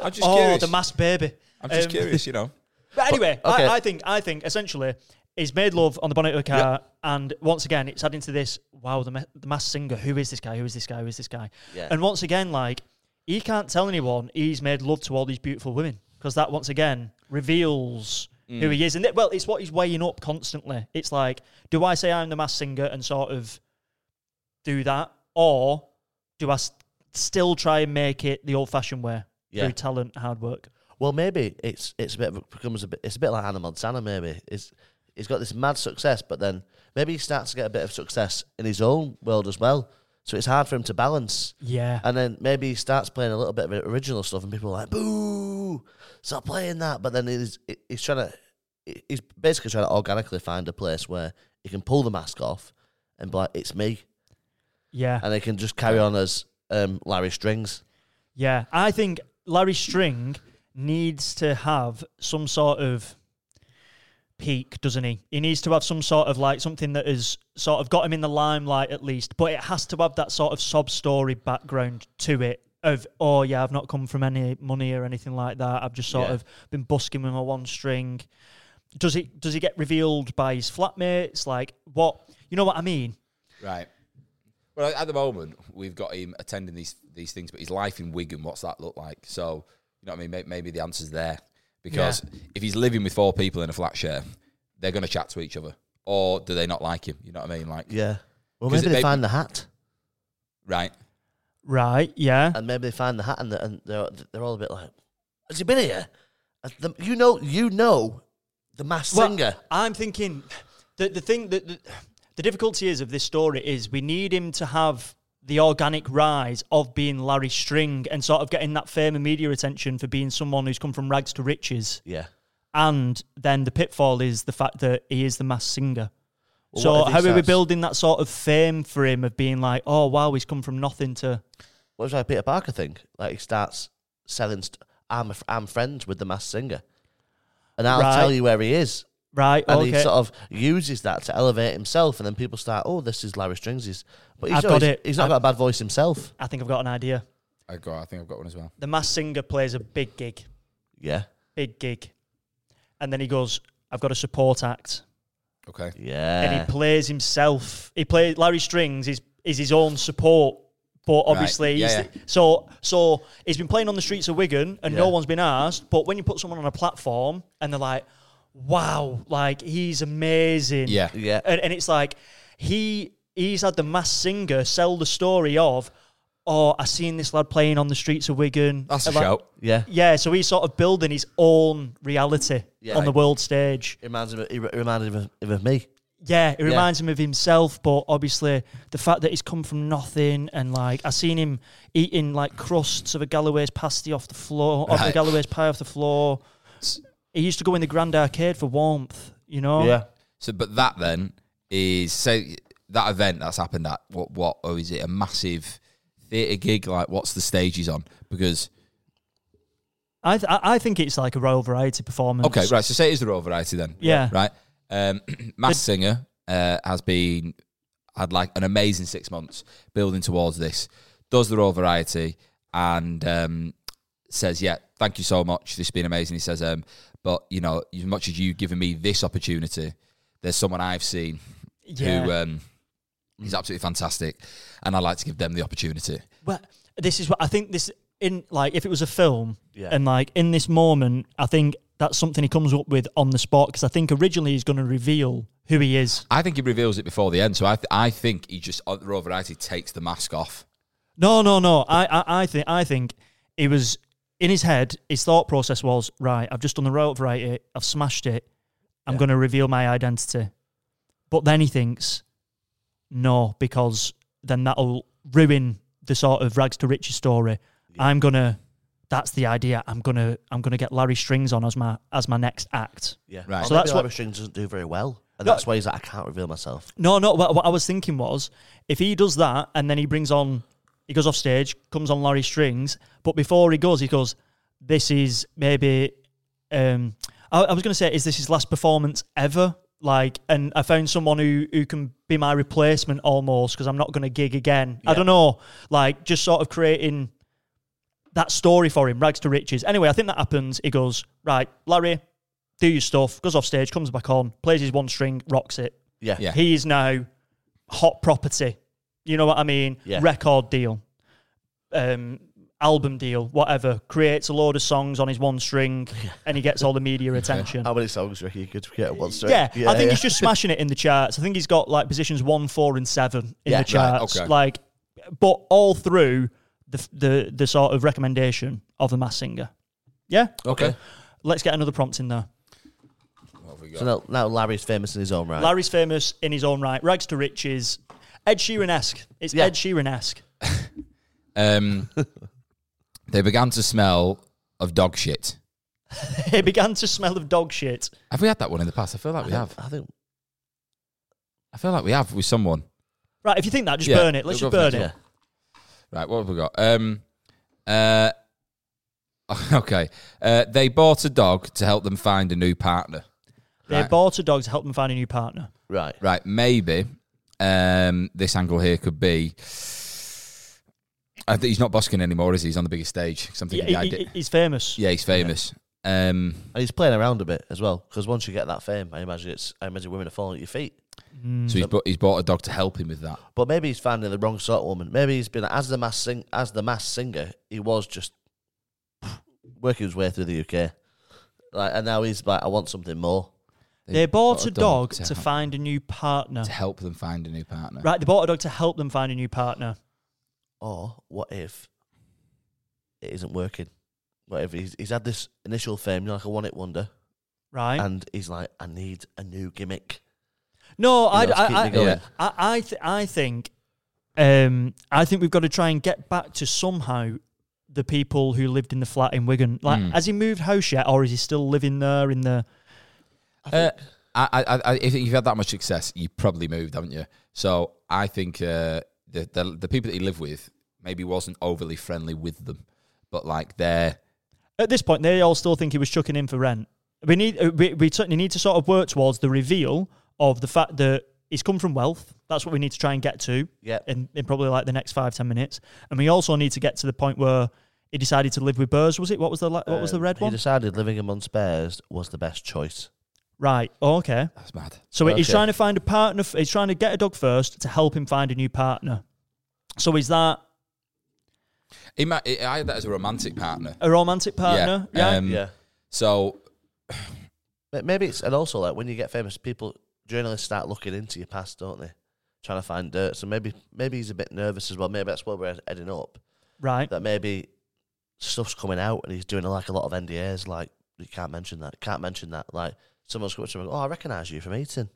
Speaker 1: I'm just
Speaker 2: Oh,
Speaker 1: curious.
Speaker 2: the mass baby.
Speaker 1: I'm just
Speaker 2: Um,
Speaker 1: curious, you know.
Speaker 2: But anyway,
Speaker 3: But- Oh, okay.
Speaker 2: I, I think I think essentially he's made love on the bonnet of a car, and once again it's adding to this. Wow, the, ma- the mass singer. Who is this guy? Who is this guy? Who is this guy?
Speaker 3: Yeah.
Speaker 2: And once again, like he can't tell anyone he's made love to all these beautiful women because that once again reveals
Speaker 3: Mm.
Speaker 2: who he is. And it- well, it's what he's weighing up constantly. It's like, do I say I'm the mass singer and sort of do that, or do I s still try and make it the old-fashioned way
Speaker 3: Yeah.
Speaker 2: through talent, hard work?
Speaker 3: Well, maybe it's it's a bit of, it becomes a bit it's a bit like Hannah Montana. Maybe it's he's got this mad success, but then maybe he starts to get a bit of success in his own world as well. So it's hard for him to balance.
Speaker 2: Yeah.
Speaker 3: And then maybe he starts playing a little bit of original stuff, and people are like, "Boo! Stop playing that!" But then he's he's trying to he's basically trying to organically find a place where he can pull the mask off and be like, "It's me,"
Speaker 2: yeah.
Speaker 3: and they can just carry on as um, Larry Strings.
Speaker 2: Yeah, I think Larry String needs to have some sort of peak, doesn't he? He needs to have some sort of like something that has sort of got him in the limelight at least, but it has to have that sort of sob story background to it. Of oh yeah, I've not come from any money or anything like that. I've just sort
Speaker 1: Yeah.
Speaker 2: of been busking with my one string. Does he does he get revealed by his flatmates? Like what you know what I mean?
Speaker 1: Right. Well, at the moment, we've got him attending these these things, but his life in Wigan, what's that look like? So, you know what I mean? Maybe, maybe the answer's there. Because if he's living with four people in a flat share, they're going to chat to each other. Or do they not like him? You know what I mean? Like,
Speaker 3: Yeah. Well,
Speaker 1: 'Cause
Speaker 3: maybe they
Speaker 1: they-
Speaker 3: find the hat.
Speaker 1: right.
Speaker 2: Right? Yeah.
Speaker 3: and maybe they find the hat and, the, and they're they're all a bit like, "Has he been here?" And the- you know, you know, the mass
Speaker 2: Well,
Speaker 3: singer.
Speaker 2: I'm thinking the the thing that the, the difficulty is of this story is we need him to have the organic rise of being Larry String and sort of getting that fame and media attention for being someone who's come from rags to riches.
Speaker 3: Yeah.
Speaker 2: And then the pitfall is the fact that he is the mass singer.
Speaker 3: what
Speaker 2: so
Speaker 3: if he
Speaker 2: how are we
Speaker 3: starts-
Speaker 2: building that sort of fame for him of being like, oh wow, he's come from nothing to
Speaker 3: What was like Peter Parker thing? Like he starts selling. St- I'm a, fr- I'm friends with the mass singer, and I'll
Speaker 2: Right.
Speaker 3: tell you where he is.
Speaker 2: Right.
Speaker 3: And
Speaker 2: okay.
Speaker 3: he sort of uses that to elevate himself, and then people start, oh, this is Larry Strings's. But he's,
Speaker 2: I've got
Speaker 3: always-
Speaker 2: it.
Speaker 3: he's not
Speaker 2: I've-
Speaker 3: got a bad voice himself.
Speaker 2: I think I've got an idea.
Speaker 1: I got. I think I've got one as well.
Speaker 2: The mass singer plays a big gig,
Speaker 3: Yeah,
Speaker 2: big gig, and then he goes, "I've got a support act,"
Speaker 1: Okay.
Speaker 2: and
Speaker 1: Uh,
Speaker 3: yeah.
Speaker 2: he plays himself. He plays Larry Strings is is his own support. But obviously,
Speaker 1: Yeah,
Speaker 2: he's the- so so he's been playing on the streets of Wigan, and no
Speaker 3: Yeah.
Speaker 2: one's been asked. But when you put someone on a platform, and they're like, "Wow, like he's amazing,"
Speaker 1: Yeah.
Speaker 3: yeah,
Speaker 2: and, and it's like he he's had the mass singer sell the story of oh i seen this lad playing on the streets of wigan
Speaker 1: That's a
Speaker 2: And like-
Speaker 1: shout.
Speaker 3: yeah.
Speaker 2: yeah so he's sort of building his own reality
Speaker 3: Yeah.
Speaker 2: on the world stage
Speaker 3: It reminds him. Of, it re- reminded him of, of me.
Speaker 2: yeah it reminds him of himself but obviously the fact that he's come from nothing and like i seen him eating like crusts of a galloway's pasty off the floor of a
Speaker 1: Right.
Speaker 2: galloway's pie off the floor he used to go in the grand arcade for warmth you know
Speaker 1: So, but that then is say that event that's happened at what what or is it a massive theatre gig? Like, what's the stage he's on? Because
Speaker 2: I, th- I I think it's like a royal variety performance
Speaker 1: okay, right. So say it is the royal variety then.
Speaker 2: Yeah.
Speaker 1: Right. Um, Mass Singer uh, has been had like an amazing six months building towards this. Does the royal variety and um, says, "Yeah, thank you so much. This has been amazing." He says, um, "But you know, as much as you've given me this opportunity, there's someone I've seen
Speaker 2: Yeah.
Speaker 1: who um, is absolutely fantastic, and I'd like to give them the opportunity."
Speaker 2: well, this is what I think. This in like if it was a film,
Speaker 3: Yeah.
Speaker 2: and like in this moment, I think that's something he comes up with on the spot because I think originally he's going to reveal who he is.
Speaker 1: I think he reveals it before the end, so I th- I think he just on the royal variety takes the mask off.
Speaker 2: No, no, no. I, I, I think, I think it was in his head. His thought process was right. I've just done the rope variety. I've smashed it. I'm going to reveal my identity. But then he thinks, no, because then that'll ruin the sort of rags to riches story. I'm gonna. That's the idea. I'm gonna. I'm gonna get Larry Strings on as my as my next act.
Speaker 3: Yeah.
Speaker 1: Right.
Speaker 3: Or
Speaker 1: So
Speaker 3: maybe
Speaker 2: that's what-
Speaker 3: Larry Strings doesn't do very well, and
Speaker 2: No.
Speaker 3: that's why he's like, I can't reveal myself.
Speaker 2: No, no. What, what I was thinking was, if he does that and then he brings on, he goes off stage, comes on Larry Strings, but before he goes, he goes, "This is maybe." Um, I, I was going to say, "Is this his last performance ever?" Like, and I found someone who who can be my replacement almost because I'm not going to gig again. I don't know, like just sort of creating that story for him, rags to riches. Anyway, I think that happens. He goes, "Right, Larry." Do your stuff, goes off stage, comes back on, plays his one string, rocks it
Speaker 3: Yeah.
Speaker 1: Yeah.
Speaker 2: he is now hot property. You know what I mean?
Speaker 3: Yeah.
Speaker 2: Record deal, um, album deal, whatever. Creates a load of songs on his one string, and he gets all the media attention.
Speaker 3: How many songs Ricky you could get at once?
Speaker 2: Yeah, I think
Speaker 3: yeah.
Speaker 2: he's just smashing it in the charts. I think he's got like positions one, four, and seven in
Speaker 3: Yeah,
Speaker 2: the
Speaker 3: right,
Speaker 2: charts.
Speaker 1: okay.
Speaker 2: Like, but all through the the the sort of recommendation of the mass singer. Yeah.
Speaker 1: Okay.
Speaker 2: Let's get another prompt in there.
Speaker 1: What have we got?
Speaker 3: So now, now Larry's famous in his own right.
Speaker 2: Larry's famous in his own right. Rags to riches. Ed Sheeran esque. It's
Speaker 3: Yeah.
Speaker 2: Ed Sheeran esque.
Speaker 1: Um, they began to smell of dog shit.
Speaker 2: It began to smell of dog shit.
Speaker 1: Have we had that one in the past? I feel like we have.
Speaker 3: I think.
Speaker 1: I feel like we have with someone.
Speaker 2: Right, if you think that, just
Speaker 1: Yeah,
Speaker 2: burn it. Let's
Speaker 1: we'll go
Speaker 2: just
Speaker 1: for
Speaker 2: burn
Speaker 1: that,
Speaker 2: it.
Speaker 3: Yeah.
Speaker 1: Right, what have we got? Um, uh, okay. Uh, they bought a dog to help them find a new partner.
Speaker 2: They
Speaker 1: Right.
Speaker 2: bought a dog to help them find a new partner.
Speaker 3: Right.
Speaker 1: Right, maybe um, this angle here could be. I think he's not busking anymore, is he? He's on the biggest stage. Something
Speaker 2: Yeah,
Speaker 1: yeah,
Speaker 2: he- he- he's famous.
Speaker 1: yeah, he's famous. Um,
Speaker 3: And he's playing around a bit as well, because once you get that fame, I imagine it's I imagine women are falling at your feet.
Speaker 2: Mm.
Speaker 1: so he's, bu- he's bought a dog to help him with that.
Speaker 3: But maybe he's finding the wrong sort of woman. Maybe he's been as the mass sing as the mass singer. He was just working his way through the UK, like, and now he's like, I want something more.
Speaker 2: They bought a dog
Speaker 1: to,
Speaker 2: to
Speaker 1: help-
Speaker 2: find a new partner.
Speaker 1: to help them find a new partner.
Speaker 2: Right, they bought a dog to help them find a new partner.
Speaker 3: Or what if it isn't working? What if he's, he's had this initial fame, you know, like a one-hit wonder,
Speaker 2: Right?
Speaker 3: and he's like, I need a new gimmick.
Speaker 2: no, I,
Speaker 3: know, to
Speaker 2: I,
Speaker 3: keep me
Speaker 2: I,
Speaker 3: going.
Speaker 1: Yeah.
Speaker 2: I, I, th- I think, um, I think we've got to try and get back to somehow the people who lived in the flat in Wigan. Like,
Speaker 1: Mm.
Speaker 2: has he moved house yet, or is he still living there in the?
Speaker 1: Uh, I, I, I, if you've had that much success, you probably moved, haven't you? So I think uh, the, the the people that he lived with maybe wasn't overly friendly with them, but like they're
Speaker 2: At this point, they all still think he was chucking in for rent. We need uh, we, we certainly need to sort of work towards the reveal of the fact that he's come from wealth. That's what we need to try and get to
Speaker 3: Yeah.
Speaker 2: in, in probably like the next five ten minutes. And we also need to get to the point where he decided to live with Burrs. Was it what was the la- what was the red
Speaker 3: Uh, He
Speaker 2: one?
Speaker 3: decided living among spares was the best choice.
Speaker 2: right. Oh, okay.
Speaker 1: that's mad.
Speaker 2: So he's
Speaker 3: Okay.
Speaker 2: trying to find a partner. f- He's trying to get a dog first to help him find a new partner. So is that
Speaker 1: He might, I had that as a romantic partner.
Speaker 2: a romantic partner? Yeah.
Speaker 1: um, So
Speaker 3: But maybe it's and also like when you get famous, people journalists start looking into your past, don't they? Trying to find dirt. So maybe maybe he's a bit nervous as well. Maybe that's where we're heading up.
Speaker 2: right.
Speaker 3: That maybe stuff's coming out and he's doing like a lot of NDAs. Like you can't mention that. Can't mention that. Like someone's come up to him. and go, Oh, I recognise you from eating.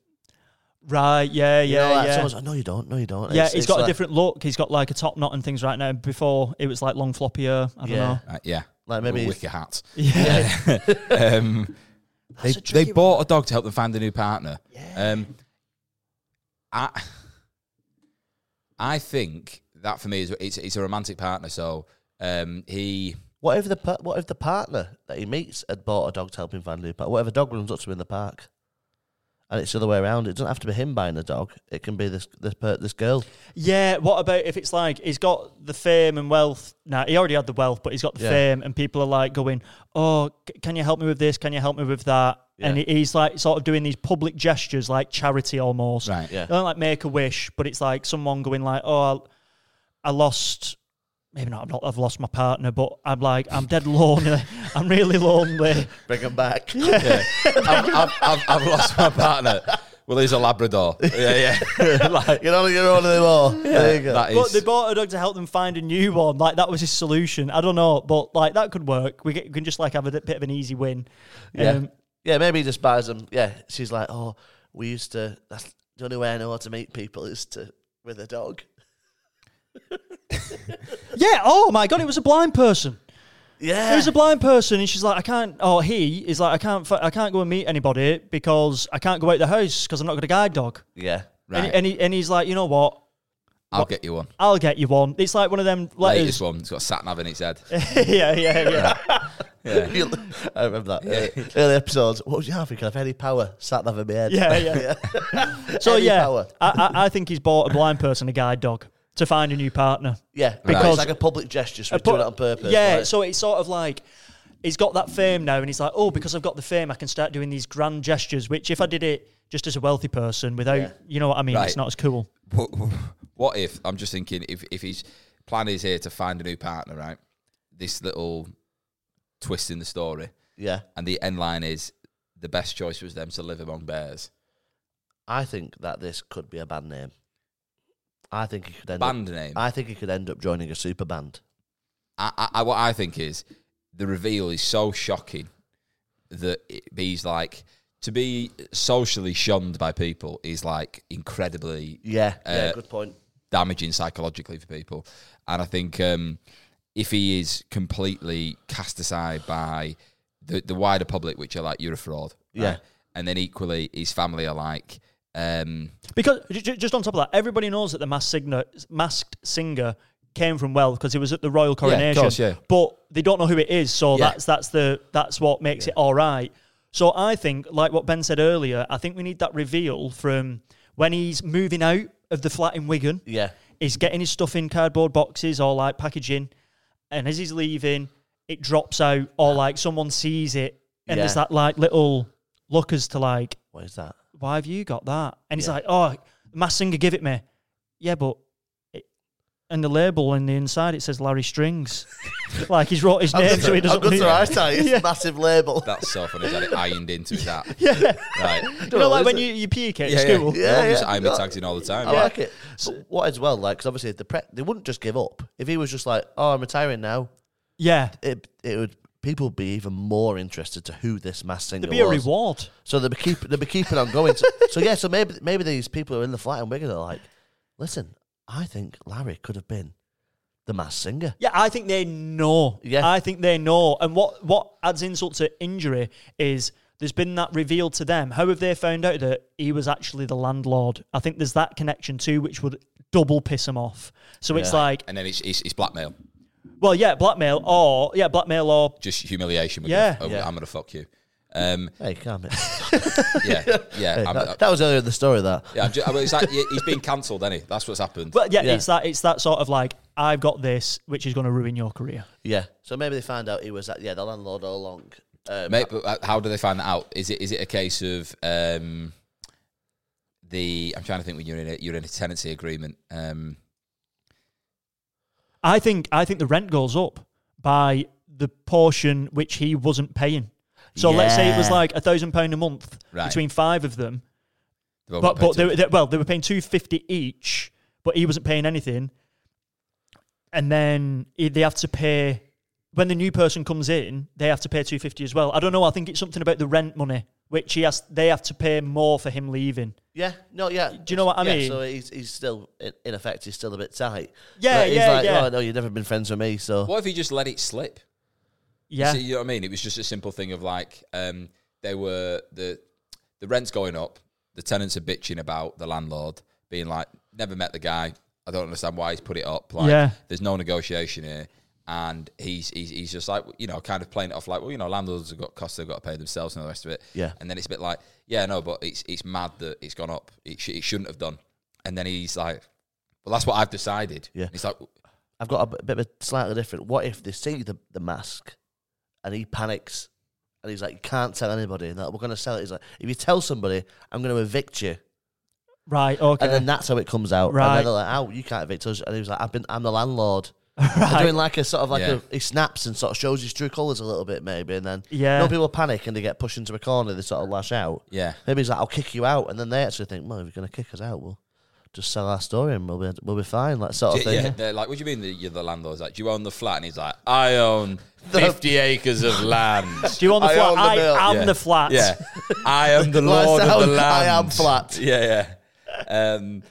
Speaker 2: Right. Yeah.
Speaker 3: You
Speaker 2: Yeah.
Speaker 3: know, like,
Speaker 2: yeah.
Speaker 3: Someone's like, no, you don't. No, you don't.
Speaker 2: yeah,
Speaker 3: It's-
Speaker 2: he's
Speaker 3: it's
Speaker 2: got a
Speaker 3: like-
Speaker 2: different look. He's got like a top knot and things right now. Before it was like long floppy hair. I don't
Speaker 3: Yeah.
Speaker 2: know.
Speaker 1: uh, yeah,
Speaker 3: Like maybe he's-
Speaker 1: wicker hat.
Speaker 2: Yeah.
Speaker 1: um, they
Speaker 2: a
Speaker 1: they
Speaker 2: tricky
Speaker 1: bought a dog to help them find a new partner. Um, I I think that for me is it's, it's a romantic partner. So um, he
Speaker 3: What if the par- what if the partner that he meets had bought a dog to help him find a new partner? What if a dog runs up to him in the park? And it's the other way around. It doesn't have to be him buying the dog. It can be this this per- this girl.
Speaker 2: Yeah, What about if it's like he's got the fame and wealth? Now he already had the wealth, but he's got the
Speaker 3: Yeah.
Speaker 2: fame, and people are like going, "Oh, c- can you help me with this? Can you help me with that?" And
Speaker 3: Yeah.
Speaker 2: he- he's like sort of doing these public gestures, like charity almost.
Speaker 1: right
Speaker 3: Yeah.
Speaker 2: They don't like make a wish, but it's like someone going like, "Oh, I, I lost." Maybe not. I've not. I've lost my partner, but I'm like, I'm dead lonely. I'm really lonely.
Speaker 3: Bring him back.
Speaker 1: Yeah. I've, I've, I've, I've lost my partner. Well, he's a Labrador. Yeah, yeah. like,
Speaker 3: You're not on your own anymore. There you go.
Speaker 1: that
Speaker 2: But
Speaker 1: is,
Speaker 2: they bought a dog to help them find a new one. Like that was his solution. I don't know, but like that could work. We, get, we can just like have a bit of an easy win. Um,
Speaker 3: yeah. Um, yeah, maybe he just buys him. Yeah, she's like, oh, we used to. That's the only way I know how to meet people is to with a dog.
Speaker 2: yeah. Oh my god, it was a blind person.
Speaker 3: Yeah,
Speaker 2: It was a blind person, and she's like, I can't. Or he is like, I can't. fi- I can't go and meet anybody because I can't go out the house because I'm not got a guide dog.
Speaker 3: yeah.
Speaker 2: And,
Speaker 1: right,
Speaker 2: and, he, and he's like, you know what?
Speaker 1: I'll get you one.
Speaker 2: I'll get you one. It's like one of them
Speaker 1: Latest
Speaker 2: letters.
Speaker 1: one. It's got sat nav in its head.
Speaker 2: yeah, yeah, yeah.
Speaker 3: You- I remember that early, early episodes. What would you have? You could have any power sat there in my head.
Speaker 2: Yeah, yeah. So
Speaker 3: Any
Speaker 2: yeah,
Speaker 3: power.
Speaker 2: I, I, I think he's bought a blind person a guide dog to find a new partner.
Speaker 3: yeah.
Speaker 2: Because-
Speaker 3: Because it's like a public gesture. So we're
Speaker 2: But-
Speaker 3: doing it on purpose.
Speaker 2: Yeah,
Speaker 3: like-
Speaker 2: so it's sort of like he's got that fame now, and he's like, oh, because I've got the fame, I can start doing these grand gestures. Which if I did it just as a wealthy person, without you know what I mean,
Speaker 1: Right.
Speaker 2: it's not as cool.
Speaker 1: What, what if I'm just thinking if if his plan is here to find a new partner, right? This little twist in the story,
Speaker 3: yeah.
Speaker 1: and the end line is the best choice was them to live among bears.
Speaker 3: I think that this could be a band name. I think he could end up,
Speaker 1: Band name. I,
Speaker 3: I think he could end up joining a super band.
Speaker 1: I, I, what I think is the reveal is so shocking that it, he's like to be socially shunned by people is like incredibly
Speaker 3: Yeah, yeah,
Speaker 1: Uh,
Speaker 3: good point.
Speaker 1: damaging psychologically for people. And I think um, if he is completely cast aside by the, the wider public, which are like, you're a fraud. right?
Speaker 3: Yeah.
Speaker 1: And then equally, his family are like, um,
Speaker 2: Because j- j- just on top of that, everybody knows that the masked singer, masked singer came from wealth because he was at the royal
Speaker 1: of
Speaker 2: coronation.
Speaker 1: course, yeah.
Speaker 2: But they don't know who it is, so
Speaker 1: Yeah.
Speaker 2: that's that's the that's what makes it all right. So I think, like what Ben said earlier, I think we need that reveal from when he's moving out of the flat in Wigan.
Speaker 3: Yeah,
Speaker 2: He's getting his stuff in cardboard boxes or like packaging, and as he's leaving, it drops out or like someone sees it, and
Speaker 3: Yeah.
Speaker 2: there's that like little look as to like
Speaker 3: what is that?
Speaker 2: why have you got that? And he's like, oh, Mass Singer give it me. Yeah, but it, and the label on the inside it says Larry Strings, like he's wrote his name, so he
Speaker 3: I've
Speaker 2: doesn't.
Speaker 3: got
Speaker 2: need-
Speaker 3: to eyesight. It's
Speaker 2: Yeah.
Speaker 3: a massive label.
Speaker 1: that's so funny. He's had it ironed into his hat.
Speaker 2: yeah,
Speaker 1: Right.
Speaker 2: you know, like
Speaker 3: is
Speaker 2: when
Speaker 3: it?
Speaker 2: you you pee at
Speaker 1: Yeah,
Speaker 2: school.
Speaker 1: yeah. They're all just
Speaker 3: eh? yeah.
Speaker 1: iron me tags in all the time.
Speaker 3: I like it. But what as well, like, because obviously the pre- they wouldn't just give up. If he was just like, "Oh, I'm retiring now,"
Speaker 2: Yeah.
Speaker 3: it it would people would be even more interested to who this mass singer
Speaker 2: There'd be a
Speaker 3: was.
Speaker 2: reward.
Speaker 3: So they'll be keep they'll be keeping on going. So, so yeah, so maybe maybe these people who are in the flat in Wigan are like, listen, I think Larry could have been the mass singer.
Speaker 2: Yeah, I think they know.
Speaker 3: Yeah.
Speaker 2: I think they know. And what, what adds insult to injury is there's been that revealed to them. How have they found out that he was actually the landlord? I think there's that connection too, which would double piss them off. So it's
Speaker 3: Yeah.
Speaker 2: like,
Speaker 1: and then it's, it's, it's blackmail,
Speaker 2: well, yeah, blackmail or yeah, blackmail or
Speaker 1: just humiliation. With
Speaker 2: Yeah.
Speaker 1: the, oh,
Speaker 3: Yeah.
Speaker 1: I'm gonna fuck you. Um,
Speaker 3: Hey, calm it.
Speaker 1: yeah, yeah. I'm,
Speaker 3: that, that was earlier in the story. That
Speaker 1: yeah, I'm ju- I mean, it's like, he- he's been cancelled, any. That's what's happened.
Speaker 2: Well, yeah,
Speaker 3: Yeah.
Speaker 2: it's that it's that sort of like I've got this, which is going to ruin your career.
Speaker 3: yeah. So maybe they find out he was at, yeah the landlord all along. Um,
Speaker 1: Mate, but uh, how do they find that out? Is it is it a case of um, the? I'm trying to think when you're in a, you're in a tenancy agreement. Um,
Speaker 2: I think I think the rent goes up by the portion which he wasn't paying. So let's say it was
Speaker 3: Yeah.
Speaker 2: like a thousand pound a month
Speaker 1: Right.
Speaker 2: between five of them,
Speaker 1: they've all
Speaker 2: but
Speaker 1: got paid
Speaker 2: but they,
Speaker 1: to-
Speaker 2: were- they, well they were paying two fifty each, but he wasn't paying anything, and then he- they have to pay. When the new person comes in, they have to pay two fifty as well. I don't know. I think it's something about the rent money, which he has. They have to pay more for him leaving.
Speaker 3: yeah, no, yeah.
Speaker 2: Do you know what I
Speaker 3: yeah,
Speaker 2: mean?
Speaker 3: So he's he's still in, in effect he's still a bit tight.
Speaker 2: Yeah,
Speaker 3: Like, he's
Speaker 2: yeah,
Speaker 3: like,
Speaker 2: yeah.
Speaker 3: Oh, no, you've never been friends with me, so
Speaker 1: what if he just let it slip?
Speaker 2: Yeah,
Speaker 1: See, you know what I mean? It was just a simple thing of like um, they were the the rent's going up, the tenants are bitching about the landlord being like, never met the guy. I don't understand why he's put it up. Like,
Speaker 2: Yeah.
Speaker 1: there's no negotiation here, and he's, he's he's just like you know, kind of playing it off like, well, you know, landlords have got costs they've got to pay themselves and all the rest of it.
Speaker 3: Yeah.
Speaker 1: and then it's a bit like, yeah, no, but it's it's mad that it's gone up. It, sh- it shouldn't have done. And then he's like, well, that's what I've decided.
Speaker 3: Yeah.
Speaker 1: it's like,
Speaker 3: I've got a b- bit of a slightly different. What if they see the, the mask and he panics and he's like, you can't tell anybody and that we're going to sell it. He's like, if you tell somebody, I'm going to evict you.
Speaker 2: right. Okay.
Speaker 3: And then that's how it comes out. And
Speaker 2: Right.
Speaker 3: then they're like, oh, you can't evict us. And he was like, I've been, I'm the landlord. They're
Speaker 2: Right.
Speaker 3: Doing like a sort of like
Speaker 1: Yeah.
Speaker 3: a, he snaps and sort of shows his true colours a little bit maybe. And then
Speaker 2: Yeah.
Speaker 3: you know, people panic and they get pushed into a corner. They sort of lash out.
Speaker 1: yeah,
Speaker 3: Maybe he's like, I'll kick you out. And then they actually think, well, if you're going to kick us out, we'll just sell our story and we'll be, we'll be fine. Like sort
Speaker 1: Yeah,
Speaker 3: of thing.
Speaker 1: yeah, they're like, what do you mean that you're the landlord's like, do you own the flat? And he's like, I own 50 acres of land.
Speaker 2: Do you want the
Speaker 3: I
Speaker 2: flat?
Speaker 3: own the
Speaker 2: I
Speaker 3: mill.
Speaker 2: am
Speaker 1: Yeah.
Speaker 2: the flat.
Speaker 1: yeah. I am the
Speaker 3: Well, I
Speaker 1: lord of the
Speaker 3: sound-
Speaker 1: land.
Speaker 3: I am flat.
Speaker 1: Yeah, yeah. Um,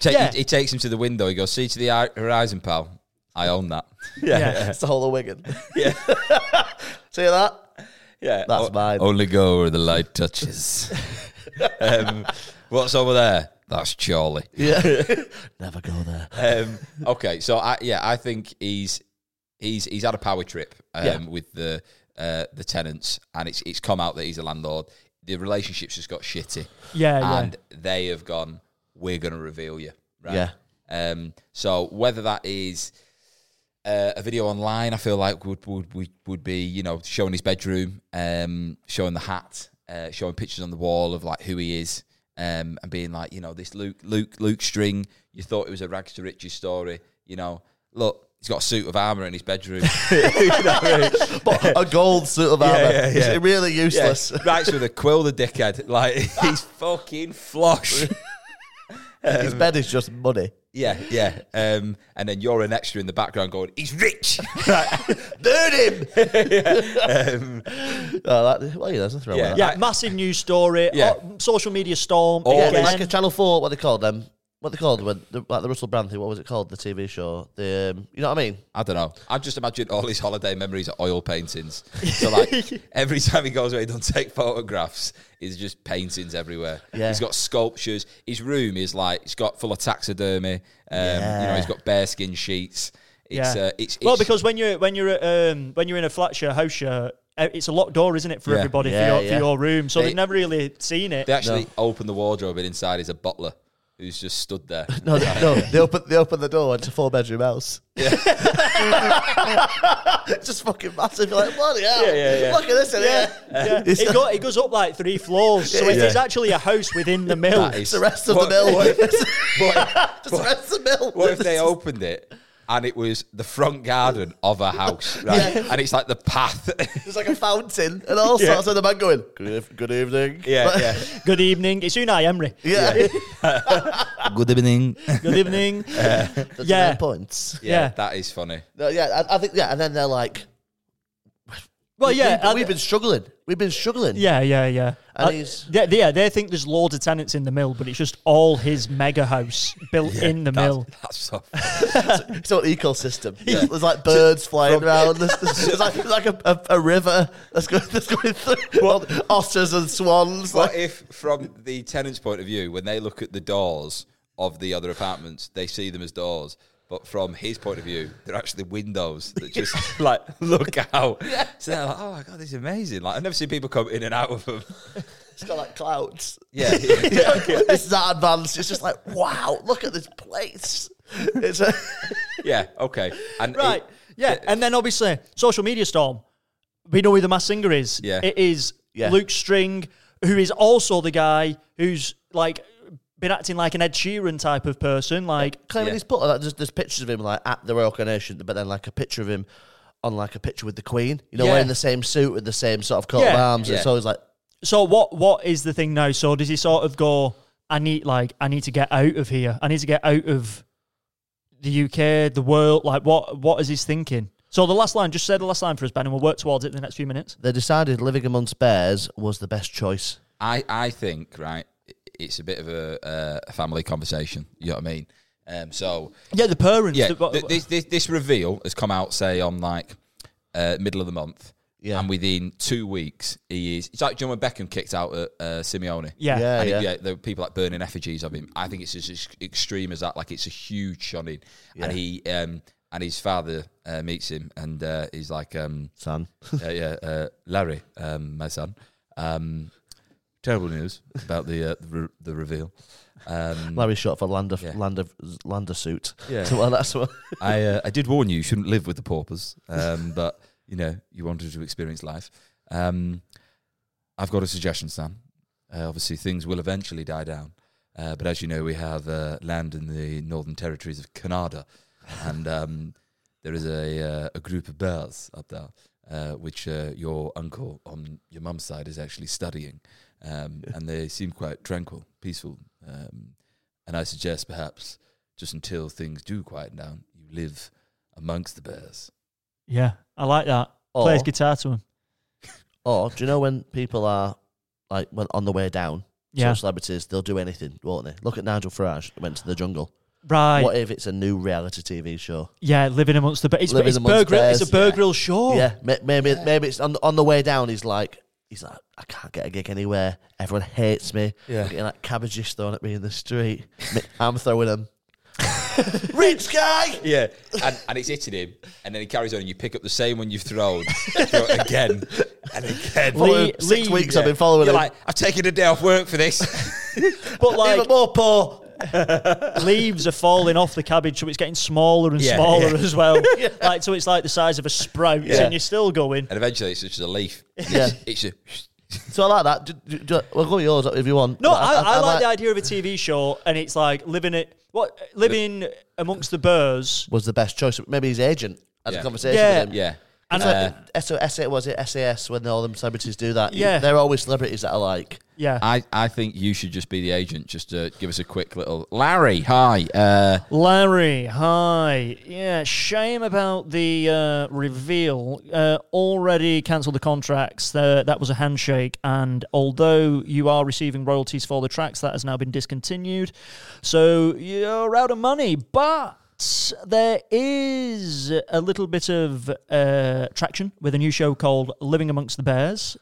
Speaker 1: take,
Speaker 2: Yeah.
Speaker 1: He, he takes him to the window. He goes, see to the hi- horizon, pal. I own that.
Speaker 2: Yeah.
Speaker 3: It's the whole of Wigan.
Speaker 1: Yeah.
Speaker 3: See that?
Speaker 1: Yeah.
Speaker 3: That's mine.
Speaker 1: Only go where the light touches. um, what's over there? That's Charlie.
Speaker 3: Yeah. Never go there.
Speaker 1: um, okay, so I, yeah, I think he's he's he's had a power trip um,
Speaker 3: Yeah.
Speaker 1: with the uh, the tenants, and it's it's come out that he's a landlord. The relationship's just got shitty,
Speaker 2: Yeah, yeah.
Speaker 1: and they have gone. We're going to reveal you, right?
Speaker 3: Yeah.
Speaker 1: Um, so whether that is uh, a video online, I feel like would would would, would be you know showing his bedroom, um, showing the hat, uh, showing pictures on the wall of like who he is, um, and being like you know this Luke Luke Luke String. You thought it was a rags to riches story, you know. Look, he's got a suit of armor in his bedroom.
Speaker 3: But a gold suit of armor.
Speaker 1: yeah,
Speaker 3: Is
Speaker 1: yeah.
Speaker 3: it really
Speaker 1: Yeah,
Speaker 3: useless?
Speaker 1: writes with a quill, the dickhead. Like he's fucking flosh.
Speaker 3: His bed is just money.
Speaker 1: yeah, yeah. Um, and then you're an extra in the background going, he's rich.
Speaker 3: Burn him! oh, that, well, yeah, there's a throwaway.
Speaker 1: Yeah.
Speaker 2: Yeah,
Speaker 1: I-
Speaker 2: massive news story.
Speaker 1: Yeah.
Speaker 2: Oh, social media storm.
Speaker 1: All
Speaker 3: Yeah,
Speaker 2: again.
Speaker 3: it's like a Channel Four. What they called them? What they called when the, like the Russell Brand thing? What was it called? The TV show. The um, you know what I mean?
Speaker 1: I don't know. I just imagine all his holiday memories are oil paintings. So like every time he goes away, he doesn't take photographs. It's just paintings everywhere.
Speaker 3: Yeah.
Speaker 1: He's got sculptures. His room is like it's got full of taxidermy. Um, You know,
Speaker 3: Yeah.
Speaker 1: he's got bearskin sheets. It's
Speaker 2: Yeah.
Speaker 1: uh, it's,
Speaker 2: well,
Speaker 1: it's-
Speaker 2: because when you're when you're at, um, when you're in a flat share, house share, uh, it's a locked door, isn't it, for
Speaker 1: Yeah.
Speaker 2: everybody
Speaker 3: Yeah,
Speaker 2: for, your,
Speaker 3: yeah.
Speaker 2: for your room? So
Speaker 1: They-
Speaker 2: they, have never really seen it.
Speaker 1: they actually open the wardrobe and inside is a butler who's just stood there.
Speaker 3: No, they- no. They open they open the door into four bedroom house. Yeah. just fucking massive. You're like bloody hell!
Speaker 1: Yeah, yeah, yeah.
Speaker 3: Look at this in
Speaker 2: yeah,
Speaker 3: here.
Speaker 2: yeah.
Speaker 3: It's
Speaker 2: It,
Speaker 3: the-
Speaker 2: go, it goes up like three floors. So if
Speaker 1: Yeah.
Speaker 2: there's actually a house within the mill,
Speaker 1: That is-
Speaker 3: It's the rest of
Speaker 1: What-
Speaker 3: the mill.
Speaker 1: what- what-
Speaker 3: just the rest of the mill.
Speaker 1: What if they opened it and it was the front garden of a house, right? And it's like the path.
Speaker 3: There's like a fountain and all sorts of the man going, good, eve- good evening.
Speaker 1: yeah,
Speaker 3: Like-
Speaker 1: yeah.
Speaker 2: good evening. It's Unai Emery.
Speaker 3: Yeah.
Speaker 1: Good evening.
Speaker 2: Good evening.
Speaker 3: That's
Speaker 2: Yeah.
Speaker 3: nine points.
Speaker 1: Yeah,
Speaker 2: Yeah.
Speaker 1: that is funny.
Speaker 3: No, yeah, I, I think, yeah. And then they're like,
Speaker 2: well,
Speaker 3: we-
Speaker 2: yeah,
Speaker 3: we,
Speaker 2: I-
Speaker 3: we've been struggling. We've been struggling.
Speaker 2: yeah, yeah, yeah.
Speaker 3: And
Speaker 2: Uh,
Speaker 3: he's-
Speaker 2: yeah, yeah, they think there's loads of tenants in the mill, but it's just all his mega house built in the
Speaker 1: That's-
Speaker 2: mill.
Speaker 1: That's so
Speaker 3: It's an ecosystem. There's, there's like birds flying around. There's, there's, there's like, there's like a, a, a river that's going, that's going through all the otters and swans.
Speaker 1: What
Speaker 3: Like,
Speaker 1: if, from the tenant's point of view, when they look at the doors, of the other apartments, they see them as doors. But from his point of view, they're actually windows that just like look out. So they're like, oh my god, this is amazing! Like I've never seen people come in and out of them.
Speaker 3: It's got like clouds.
Speaker 1: Yeah, yeah.
Speaker 3: it's that advanced. It's just like, wow, look at this place. It's a
Speaker 1: yeah, okay. And it-
Speaker 2: Right. yeah. And then obviously, social media storm. We know who the mass singer is.
Speaker 1: Yeah.
Speaker 2: It is
Speaker 3: Yeah.
Speaker 2: Luke String, who is also the guy who's like been acting like an Ed Sheeran type of person. Like,
Speaker 3: claiming
Speaker 1: Yeah.
Speaker 3: his butt. Like, there's, there's pictures of him like at the royal coronation, but then like a picture of him on like a picture with the queen. You know,
Speaker 2: Yeah.
Speaker 3: wearing the same suit with the same sort of coat of
Speaker 2: Yeah.
Speaker 3: arms. It's
Speaker 1: Yeah.
Speaker 3: always like
Speaker 2: so what? What is the thing now? So does he sort of go? I need like I need to get out of here. I need to get out of the UK, the world. Like, what? What is his thinking? So the last line, just say the last line for us, Ben, and we'll work towards it in the next few minutes.
Speaker 3: they decided living amongst bears was the best choice.
Speaker 1: I, I think right, i- it's a bit of a, uh, a family conversation. You know what I mean? Um, so
Speaker 2: Yeah, the parents.
Speaker 1: yeah,
Speaker 2: the- what-
Speaker 1: th- this, this this reveal has come out say on like uh, middle of the month.
Speaker 3: Yeah.
Speaker 1: And within two weeks, he is. It's like do you know when Beckham kicked out at uh, Simeone.
Speaker 2: yeah.
Speaker 3: Yeah.
Speaker 1: And it- yeah, there were people like burning effigies of him. I think it's as ex- extreme as that. Like it's a huge shunning, and he um, and his father uh, meets him, and uh, he's like, um,
Speaker 3: Son,
Speaker 1: uh, yeah, uh, Larry, um, my son. Um, terrible news about the uh, the, re- the reveal. Um,
Speaker 3: Larry's short for land of
Speaker 1: Yeah.
Speaker 3: land of land of suit.
Speaker 1: Yeah.
Speaker 3: So, well, that's what.
Speaker 1: I uh, I did warn you, you shouldn't live with the paupers, um, but you know you wanted to experience life. Um, I've got a suggestion, Sam. Uh, obviously, things will eventually die down, uh, but as you know, we have uh, land in the northern territories of Canada, and um, there is a uh, a group of bears up there, uh, which uh, your uncle on your mum's side is actually studying, um, and they seem quite tranquil, peaceful, um, and I suggest perhaps just until things do quieten down, you live amongst the bears.
Speaker 2: Yeah, I like that.
Speaker 3: Or,
Speaker 2: Plays guitar to him.
Speaker 3: or do you know when people are like when on the way down?
Speaker 2: Yeah.
Speaker 3: Some celebrities they'll do anything, won't they? Look at Nigel Farage. Went to the jungle.
Speaker 2: right.
Speaker 3: what if it's a new reality TV show?
Speaker 2: yeah, living amongst the bears. It's,
Speaker 3: Living
Speaker 2: it's,
Speaker 3: amongst
Speaker 2: Bear Grill- it's
Speaker 3: bears,
Speaker 2: a Bear
Speaker 3: yeah.
Speaker 2: Grill show.
Speaker 3: Yeah, ma- maybe maybe it's on on the way down. He's like he's like I can't get a gig anywhere. Everyone hates me.
Speaker 1: Yeah.
Speaker 3: I'm getting like cabbages thrown at me in the street. Me- I'm throwing them. Rich guy.
Speaker 1: Yeah, and, and it's hitting him, and then he carries on, and you pick up the same one you've thrown you throw it again and again.
Speaker 2: Lee-
Speaker 3: Following- six
Speaker 2: Lee,
Speaker 3: weeks
Speaker 1: Yeah.
Speaker 3: I've been following
Speaker 1: You're
Speaker 3: him.
Speaker 1: like, I've taken a day off work for this.
Speaker 2: But
Speaker 3: Even
Speaker 2: like
Speaker 3: more poor.
Speaker 2: leaves are falling off the cabbage, so it's getting smaller and
Speaker 1: Yeah,
Speaker 2: smaller
Speaker 1: yeah.
Speaker 2: as well. Like so it's like the size of a sprout
Speaker 3: Yeah.
Speaker 2: and you're still going.
Speaker 1: and eventually, it's just a leaf.
Speaker 3: Yeah.
Speaker 1: It's a,
Speaker 3: So I like that. Do, do, do, we'll go with yours if you want.
Speaker 2: No,
Speaker 3: But
Speaker 2: I, I, like,
Speaker 3: like-
Speaker 2: the idea of a TV show and it's like living it what living amongst the birds.
Speaker 3: Was the best choice. Maybe his agent had
Speaker 1: Yeah.
Speaker 3: a conversation
Speaker 2: Yeah.
Speaker 3: with him.
Speaker 1: yeah.
Speaker 2: And
Speaker 1: Uh,
Speaker 3: So SA was it SAS when all them celebrities do that? You-
Speaker 2: Yeah.
Speaker 3: they're always celebrities that are like
Speaker 2: yeah.
Speaker 1: I, I think you should just be the agent, just to give us a quick little Larry. Hi, uh,
Speaker 2: Larry, hi. Yeah, shame about the uh, reveal. Uh, already cancelled the contracts. Uh, that was a handshake. And although you are receiving royalties for the tracks, that has now been discontinued. So you're out of money. But there is a little bit of uh, traction with a new show called Living Amongst the Bears.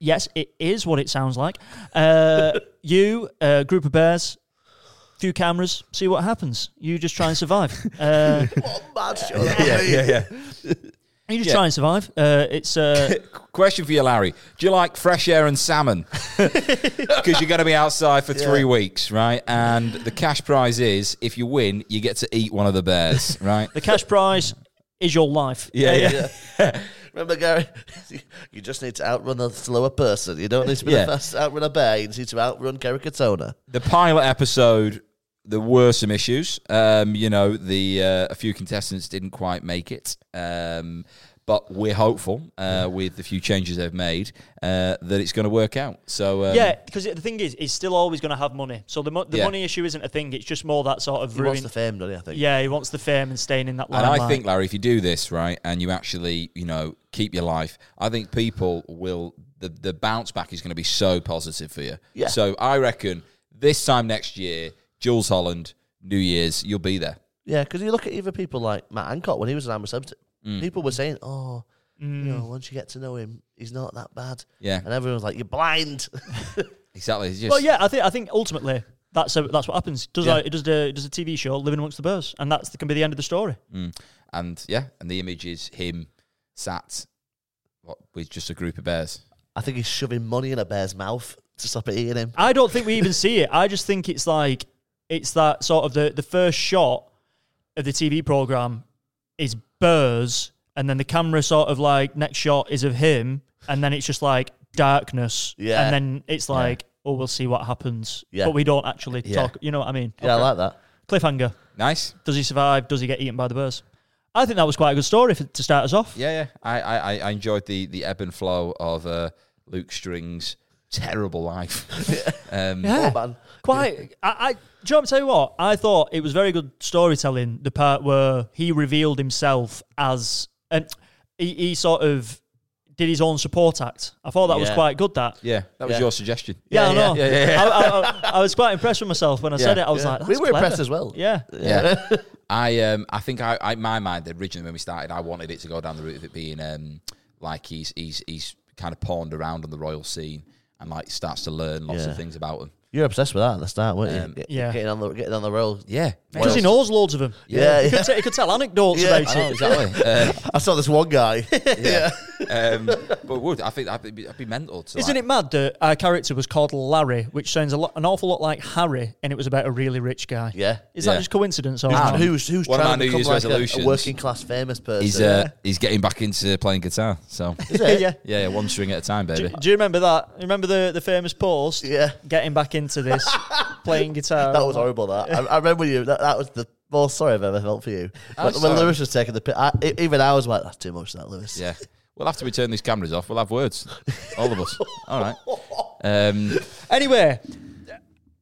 Speaker 2: Yes, it is what it sounds like. Uh, you, a group of bears, few cameras, see what happens. You just try and survive. uh,
Speaker 3: mad show. yeah, yeah, yeah.
Speaker 2: you just
Speaker 1: Yeah.
Speaker 2: try and survive. Uh, it's uh,
Speaker 1: question for you, Larry. Do you like fresh air and salmon? Because you're going to be outside for three weeks, right? And the cash prize is if you win, you get to eat one of the bears, right?
Speaker 2: the cash prize is your life.
Speaker 1: yeah, yeah.
Speaker 3: Remember, Gary, you just need to outrun a slower person. You don't need to be
Speaker 1: Yeah.
Speaker 3: the fast outrun a bear. You just need to outrun Gary Katona.
Speaker 1: The pilot episode, there were some issues. Um, you know, the uh, a few contestants didn't quite make it. Um, but we're hopeful uh, with the few changes they've made uh, that it's going to work out. So um,
Speaker 2: Yeah, because the thing is, it's still always going to have money. So the, mo- the
Speaker 1: Yeah.
Speaker 2: money issue isn't a thing. It's just more that sort of
Speaker 3: He wants
Speaker 2: ruin.
Speaker 3: the fame, doesn't he? I think.
Speaker 2: yeah, he wants the fame and staying in that
Speaker 1: And
Speaker 2: limelight.
Speaker 1: I think, Larry, if you do this right and you actually, you know, keep your life, I think people will the the bounce back is going to be so positive for you.
Speaker 3: Yeah.
Speaker 1: So I reckon this time next year, Jules Holland, New Year's, you'll be there.
Speaker 3: Yeah, because you look at even people like Matt Hancock when he was an amateur celebrity.
Speaker 1: Mm.
Speaker 3: People were saying, "Oh,
Speaker 2: Mm.
Speaker 3: you know, once you get to know him, he's not that bad."
Speaker 1: Yeah.
Speaker 3: and everyone was like, "You're blind."
Speaker 1: Exactly. It's just,
Speaker 2: Well, yeah, I think I think ultimately That's a, that's what happens. Does
Speaker 1: Yeah.
Speaker 2: a, it does a, it does a TV show Living Amongst the Birds, and that's that can be the end of the story.
Speaker 1: And yeah, and the image is him sat what, with just a group of bears.
Speaker 3: I think he's shoving money in a bear's mouth to stop it eating him.
Speaker 2: I don't think we even see it. I just think it's like it's that sort of the the first shot of the TV program is Burrs, and then the camera sort of like next shot is of him, and then it's just like darkness.
Speaker 3: Yeah.
Speaker 2: and then it's like oh we'll see what happens.
Speaker 3: Yeah.
Speaker 2: but we don't actually
Speaker 3: Yeah.
Speaker 2: talk. You know what I mean?
Speaker 3: Yeah, I like that.
Speaker 2: Cliffhanger.
Speaker 1: Nice.
Speaker 2: Does he survive? Does he get eaten by the birds? I think that was quite a good story for, to start us off.
Speaker 1: Yeah, yeah. I, I, I- I enjoyed the the ebb and flow of uh, Luke String's terrible life. um,
Speaker 2: Yeah.
Speaker 3: Oh, man.
Speaker 2: Quite. I, I, do you know what? Tell you what. I thought it was very good storytelling. The part where he revealed himself as and he, he sort of did his own support act. I thought that was
Speaker 3: Yeah.
Speaker 2: quite good. That.
Speaker 1: yeah, that was
Speaker 3: Yeah.
Speaker 1: your suggestion.
Speaker 2: Yeah, I know.
Speaker 1: yeah, yeah, yeah.
Speaker 2: I, I, I, I was quite impressed with myself when I said
Speaker 1: Yeah.
Speaker 2: it. I was
Speaker 3: Yeah.
Speaker 2: like, That's
Speaker 3: we were
Speaker 2: clever.
Speaker 3: impressed as well.
Speaker 2: Yeah.
Speaker 1: Yeah. I um I think I, I my mind originally when we started I wanted it to go down the route of it being um like he's he's he's kind of pawned around on the royal scene and like starts to learn lots
Speaker 3: Yeah.
Speaker 1: of things about him.
Speaker 3: You're obsessed with that at the start, weren't you?
Speaker 1: Um,
Speaker 3: Get-
Speaker 2: Yeah.
Speaker 3: Getting on the getting on the roll.
Speaker 1: Yeah.
Speaker 2: Because he knows loads of them.
Speaker 3: Yeah,
Speaker 2: He,
Speaker 3: yeah.
Speaker 2: could t- he could tell anecdotes
Speaker 3: Yeah.
Speaker 2: about
Speaker 1: I
Speaker 2: it.
Speaker 1: know, exactly. Uh,
Speaker 3: I saw this one guy.
Speaker 1: um, but would I think I'd be, I'd be mental to
Speaker 2: Isn't
Speaker 1: like-
Speaker 2: it mad that our character was called Larry, which sounds a lot, an awful lot like Harry, and it was about a really rich guy?
Speaker 3: yeah.
Speaker 2: Is
Speaker 1: Yeah.
Speaker 2: that just coincidence? Or
Speaker 1: Ah,
Speaker 3: And who's who's
Speaker 1: One of my
Speaker 3: trying to
Speaker 1: New
Speaker 3: become
Speaker 1: Year's
Speaker 3: like a,
Speaker 1: resolutions.
Speaker 3: a working class famous person?
Speaker 1: he's uh he's getting back into playing guitar. So
Speaker 2: yeah.
Speaker 1: yeah, yeah, one string at a time,
Speaker 2: Do,
Speaker 1: baby.
Speaker 2: do you remember that? You Remember the, the famous post?
Speaker 3: Yeah.
Speaker 2: Getting back into this, playing guitar.
Speaker 3: That was horrible. That I, I remember you. That, that was the most sorry I've ever felt for you. When, when
Speaker 1: sorry.
Speaker 3: Lewis was taking the pit, I, e- even I was like, "That's too much." That Lewis.
Speaker 1: Yeah. Well, after we turn these cameras off, we'll have words, all of us. All right. Um,
Speaker 2: Anyway,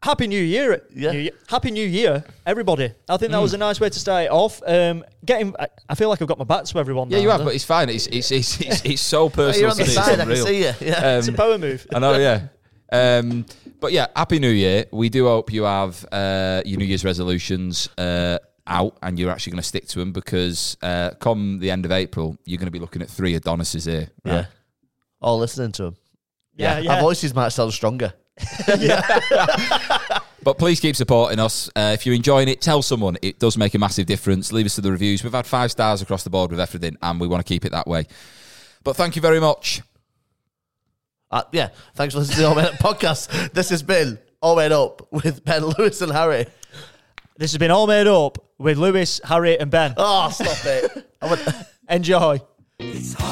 Speaker 2: Happy New Year.
Speaker 3: Yeah. Mm.
Speaker 2: New Year. Happy New Year, everybody. I think that was a nice way to start it off. Um, getting, I, I feel like I've got my back to everyone
Speaker 1: yeah,
Speaker 2: now.
Speaker 1: you have, but it's fine. It's it's it's, it's, it's so
Speaker 3: Hey,
Speaker 1: personal
Speaker 3: you're on
Speaker 1: to
Speaker 3: the
Speaker 1: me. It's
Speaker 3: side. I can
Speaker 1: unreal. Uh, Um,
Speaker 3: see you. Yeah.
Speaker 2: It's a power move.
Speaker 1: I know, yeah. Um, but yeah, happy New Year. We do hope you have uh, your New Year's resolutions uh, out and you're actually going to stick to them because uh, come the end of April, you're going to be looking at three Adonises here. Right?
Speaker 3: Yeah. All listening to him.
Speaker 2: Yeah, Uh, yeah.
Speaker 3: Our voices might sound stronger.
Speaker 1: But please keep supporting us. Uh, if you're enjoying it, tell someone. It does make a massive difference. Leave us to the reviews. We've had five stars across the board with everything, and we want to keep it that way. But thank you very much.
Speaker 3: Uh, yeah. Thanks for listening to the All Men Up podcast. This has been All Men Up with Ben Lewis and Harry.
Speaker 2: This has been all made up with Lewis, Harry, and Ben.
Speaker 3: Oh, stop it. I went-
Speaker 2: Enjoy.
Speaker 4: It's all